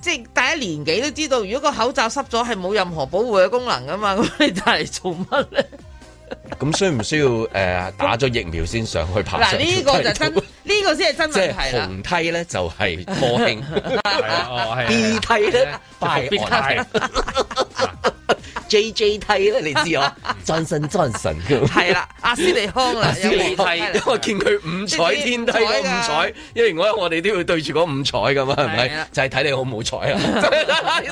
Speaker 4: 即係大家年紀 [LAUGHS] 都知道，如果個口罩濕咗係冇任何保護嘅功能噶嘛，咁你戴嚟做乜咧？
Speaker 2: 咁需唔需要誒、呃打咗疫苗先上去爬上
Speaker 4: 嗱，
Speaker 2: 條
Speaker 4: 呢
Speaker 2: 梯
Speaker 4: 個就真，
Speaker 2: 度
Speaker 4: 呢個先係真
Speaker 2: [LAUGHS] 即
Speaker 4: 問
Speaker 2: 係
Speaker 4: 題啦。
Speaker 2: 紅梯咧就係科興，B 梯咧
Speaker 4: [LAUGHS]
Speaker 2: 拜
Speaker 4: 必 [LAUGHS]
Speaker 2: 岸，J J 梯咧你
Speaker 4: [LAUGHS]
Speaker 2: 知我 Johnson Johnson
Speaker 4: 係啦，阿斯利康啦，
Speaker 2: [LAUGHS] 阿斯利康
Speaker 4: 有
Speaker 2: 啊
Speaker 4: 冇
Speaker 2: 因為我見佢五彩天梯嗰五彩，因為我我哋都要對住嗰五彩噶嘛，係
Speaker 4: 係
Speaker 2: 咪
Speaker 4: 啊？
Speaker 2: 就係睇你好唔好
Speaker 4: [LAUGHS]
Speaker 2: 彩啊！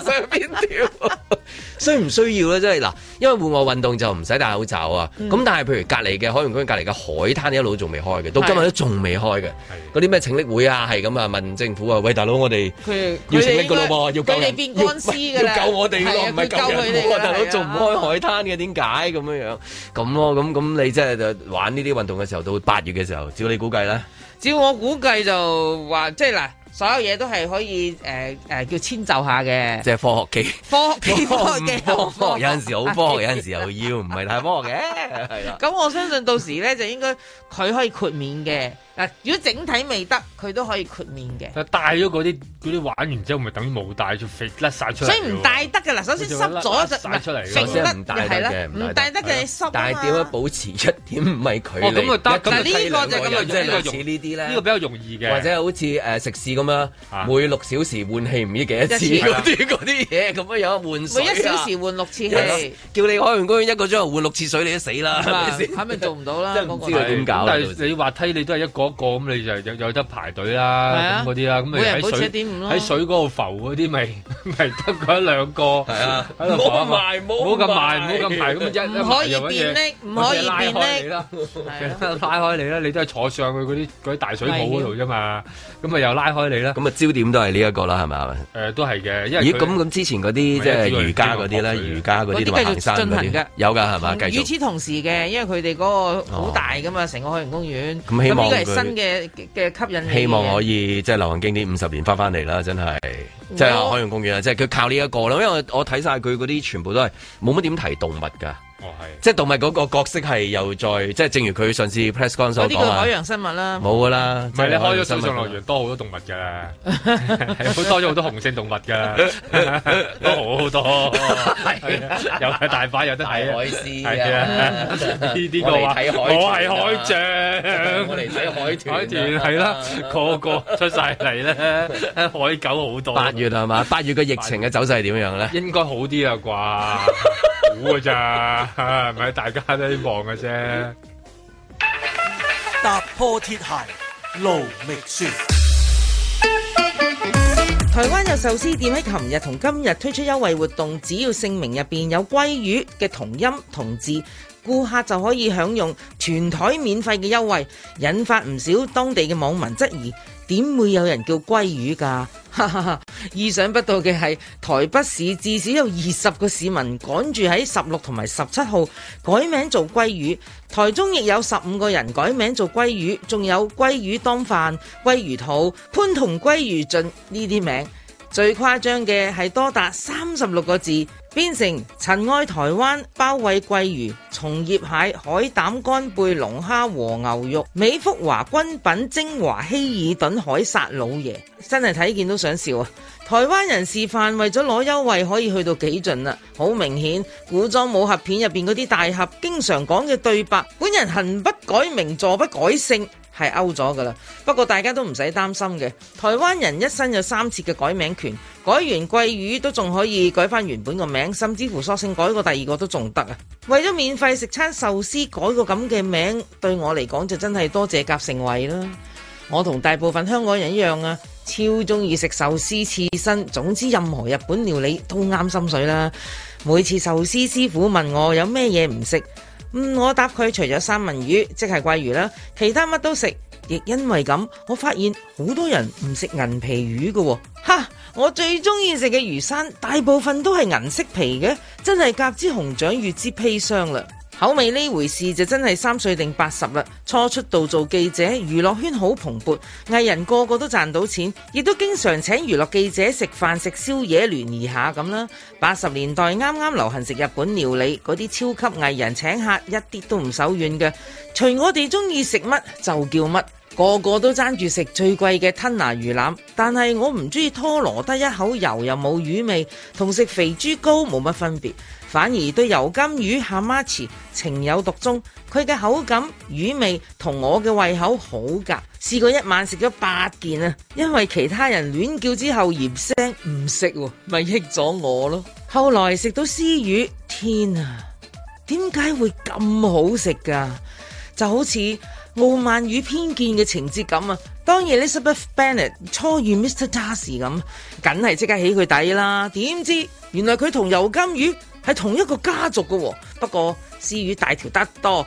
Speaker 2: 上邊條 [LAUGHS] 需唔需要咧？真係嗱，因為戶外運動就唔使戴口罩啊。
Speaker 1: 嗯
Speaker 2: 咁、但係譬如隔離嘅海洋公園隔離嘅海灘一路仲未開嘅，到今日都仲未開嘅。嗰啲咩請力會啊，係咁啊，問政府啊，喂大佬，我哋
Speaker 4: 佢
Speaker 2: 要請力噶咯喎，要救
Speaker 4: 佢哋
Speaker 2: 人，
Speaker 4: 變
Speaker 2: 要
Speaker 4: 乾屍㗎啦
Speaker 2: 要救我哋㗎
Speaker 4: 係
Speaker 2: 咯，
Speaker 4: 啊
Speaker 2: 唔係
Speaker 4: 佢
Speaker 2: 救
Speaker 4: 救佢哋
Speaker 2: 人
Speaker 4: 㗎
Speaker 2: 喎，
Speaker 4: 啦
Speaker 2: 大佬
Speaker 4: 係啊
Speaker 2: 仲唔開海灘嘅，點解咁樣樣？咁咯，咁咁你即係就玩呢啲運動嘅時候，到八月嘅時候，照你估計咧，
Speaker 4: 照我估計就話，即係嗱，所有嘢都係可以誒誒叫遷就下
Speaker 2: [LAUGHS]
Speaker 4: 嘅。
Speaker 2: 即係科學技。
Speaker 4: 科學技 [LAUGHS] 科學技
Speaker 2: [LAUGHS] 科學有陣時好科學，有陣時又要唔係太科學嘅，
Speaker 4: [LAUGHS]
Speaker 2: 係啦。
Speaker 4: 咁我相信到時咧就應該佢可以豁免嘅。嗱，如果整體未得，佢都可以豁免嘅。
Speaker 3: 但帶咗嗰啲嗰啲玩完之後，咪等於冇帶，就甩甩晒出嚟
Speaker 4: 所
Speaker 3: 喎。
Speaker 4: 以唔戴得嘅嗱，首先濕咗就
Speaker 3: 甩出嚟㗎
Speaker 4: 揈
Speaker 2: 即
Speaker 4: 得
Speaker 2: 係唔戴
Speaker 4: 係
Speaker 2: 得
Speaker 4: 啦
Speaker 2: 嘅，
Speaker 4: 唔戴得嘅濕啊
Speaker 2: 但係點樣
Speaker 4: 嘛。
Speaker 2: 保持一點五米距
Speaker 3: 哦
Speaker 2: 離？
Speaker 3: 咁啊得嗱呢
Speaker 2: 一
Speaker 3: 個就
Speaker 2: 咁
Speaker 3: 咁啊
Speaker 2: 即係
Speaker 3: 呢個
Speaker 2: 類似
Speaker 3: 容
Speaker 2: 呢啲咧，
Speaker 3: 呢個比較容易嘅啊
Speaker 2: 或者好似誒食肆咁樣，每六小時換氣唔知幾多次
Speaker 4: 一次
Speaker 2: 嗰啲嗰啲嘢咁樣樣換水
Speaker 4: 每
Speaker 2: 啊
Speaker 4: 一小時換六次
Speaker 2: 係咯
Speaker 4: 氣，
Speaker 2: 叫你海洋公園一個鐘頭換六次水，你都死
Speaker 4: [LAUGHS]
Speaker 2: 啦，係咪
Speaker 4: 嗱
Speaker 2: 先？
Speaker 4: 係咪做唔到啦？嗰個
Speaker 2: 知道點搞啦
Speaker 3: 但
Speaker 2: 到
Speaker 3: 係你滑梯你都係一個一個咁，你就有有得排隊
Speaker 4: 係啊
Speaker 3: 啦，咁嗰啲啦，咁
Speaker 4: 每
Speaker 3: 你
Speaker 4: 人保
Speaker 3: 喺
Speaker 4: 持
Speaker 3: 水
Speaker 4: 1.5咯
Speaker 3: 喺水嗰度浮嗰啲咪 [LAUGHS] 咪得嗰一兩個，係
Speaker 2: 啊
Speaker 3: 喺度浮
Speaker 2: 唔好埋唔好
Speaker 3: 唔好咁埋，唔
Speaker 2: 埋
Speaker 3: 好咁埋，咁一
Speaker 4: 唔可
Speaker 3: 一埋
Speaker 4: 以
Speaker 3: 又乜嘢
Speaker 4: 變力，唔可
Speaker 3: 或者
Speaker 4: 以變
Speaker 3: 拉開你
Speaker 4: 力
Speaker 3: 啦。
Speaker 4: 係啊。
Speaker 3: [LAUGHS] 拉開你啦，你都係坐上去嗰啲嗰啲大水泡嗰度啫嘛，咁咪又拉開你啦。
Speaker 2: 咁啊焦點都係呢一個啦，係咪啊？
Speaker 3: 誒都係嘅，因為
Speaker 2: 咦，
Speaker 3: 佢
Speaker 2: 咁咁之前嗰啲即係瑜伽嗰啲咧，瑜伽嗰啲同埋行山嗰
Speaker 4: 嗰啲繼續進行
Speaker 2: 啲
Speaker 4: 㗎
Speaker 2: 有㗎係嘛？啊繼
Speaker 4: 嗯與
Speaker 2: 續哦
Speaker 4: 此同時嘅，因為佢哋嗰個好大噶嘛，成個海洋公園。
Speaker 2: 咁希
Speaker 4: 呢
Speaker 2: 望
Speaker 4: 個係
Speaker 2: 佢
Speaker 4: 新嘅嘅嘅吸引力嘅。
Speaker 2: 希望可以即係流行經典五十年翻翻嚟啦，真係即係海洋公園啊！即係佢靠呢一個啦，因為我我睇晒佢嗰啲全部都係冇乜點提動物㗎。
Speaker 3: 哦係。
Speaker 2: 即係動物嗰個角色係又再即係，正如佢上次 press con 所
Speaker 4: 嗰啲
Speaker 2: 講
Speaker 4: 叫
Speaker 2: 啊
Speaker 4: 海，洋生物啦。
Speaker 2: 冇㗎啦
Speaker 3: 唔，係你開咗水上樂
Speaker 2: 落
Speaker 3: 園，多好多動物 [LAUGHS] 㗎啦，係好多咗好多雄性動物 [LAUGHS] 㗎，都好多，係啊有係大把有得睇啊，
Speaker 2: 海獅啊
Speaker 3: 係啊，呢啲個
Speaker 2: 我
Speaker 3: 話
Speaker 2: 嚟睇海豚啊
Speaker 3: 我係海象，
Speaker 2: [LAUGHS] 我嚟睇海豚啊
Speaker 3: 海豚係啦，個個出晒嚟咧，海狗好多，
Speaker 2: 八月係嘛？八月嘅疫情嘅走勢係點樣咧？
Speaker 3: 應該好啲啊啩，估㗎咋，係咪大家都希望嘅啫。
Speaker 5: 踏破鐵鞋路未雪。
Speaker 4: 台灣有壽司店喺琴日同今日推出優惠活動，只要姓名入邊有鮭魚嘅同音同字，顧客就可以享用全台免費嘅優惠，引發唔少當地嘅網民質疑：點會有人叫鮭魚㗎？哈哈哈！意想不到嘅係，台北市至少有二十個市民趕住喺十六同埋十七號改名做鮭魚，台中亦有十五個人改名做鮭魚，仲有鮭魚當飯、鮭魚肚、潘同鮭魚盡呢啲名。最誇張嘅係多達三十六個字，變成塵埃台灣包惠鮭魚、松葉蟹、海膽乾貝、龍蝦和牛肉、美福華軍品精華希爾頓海撒老爺，真係睇見都想笑啊！台灣人示範為咗攞優惠可以去到幾盡啦，好明顯古裝武俠片入邊嗰啲大俠經常講嘅對白，本人行不改名，坐不改姓。係勾咗噶啦。不過大家都唔使擔心嘅，台灣人一生有三次嘅改名權，改完鮭魚都仲可以改翻原本個名，甚至乎索性改個第二個都仲得啊！為咗免費食餐壽司改個咁嘅名，對我嚟講就真係多謝夾成惠啦。我同大部分香港人一樣啊，超中意食壽司刺身，總之任何日本料理都啱心水啦。每次壽司師傅問我有咩嘢唔食，嗯，我答佢除咗三文魚，即係鮭魚啦，其他乜都食。亦因為咁，我發現好多人唔食銀皮魚嘅喎，哈！我最中意食嘅魚生，大部分都係銀色皮嘅，真係甲之熊掌，乙之砒霜啦。口味呢回事就真係三歲定八十啦。初出道做記者，娛樂圈好蓬勃，藝人個個都賺到錢，亦都經常請娛樂記者食飯食宵夜聯誼下咁啦。八十年代啱啱流行食日本料理，嗰啲超級藝人請客一啲都唔手軟嘅，隨我哋中意食乜就叫乜。個個都爭住食最貴嘅吞拿魚腩，但係我唔中意拖羅得一口油又冇魚味，同食肥豬膏冇乜分別，反而對油甘魚蛤媽池情有獨鍾，佢嘅口感、魚味同我嘅胃口好夾。試過一晚食咗八件啊，因為其他人亂叫之後嫌聲唔食喎，咪益咗我咯。後來食到絲魚，天啊！點解會咁好食㗎？就好似《傲慢與偏見》嘅情節咁啊！當 Elizabeth Bennet 初遇 Mr. Darcy 咁，梗係即刻起佢底啦。點知原來佢同油甘魚係同一個家族嘅喎，不過絲魚大條得多，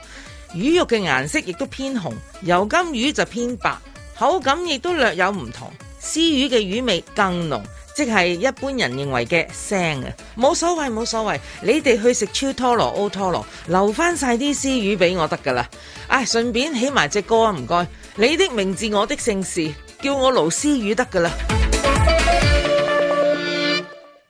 Speaker 4: 魚肉嘅顏色亦都偏紅，油甘魚就偏白，口感亦都略有唔同。絲魚嘅魚味更濃。即係一般人認為嘅腥啊，冇所謂冇所謂，你哋去食超拖羅 O 拖羅，留翻晒啲絲魚俾我得㗎啦。唉、順便起埋隻歌啊，唔該。你的名字我的姓氏，叫我勞絲魚得㗎啦。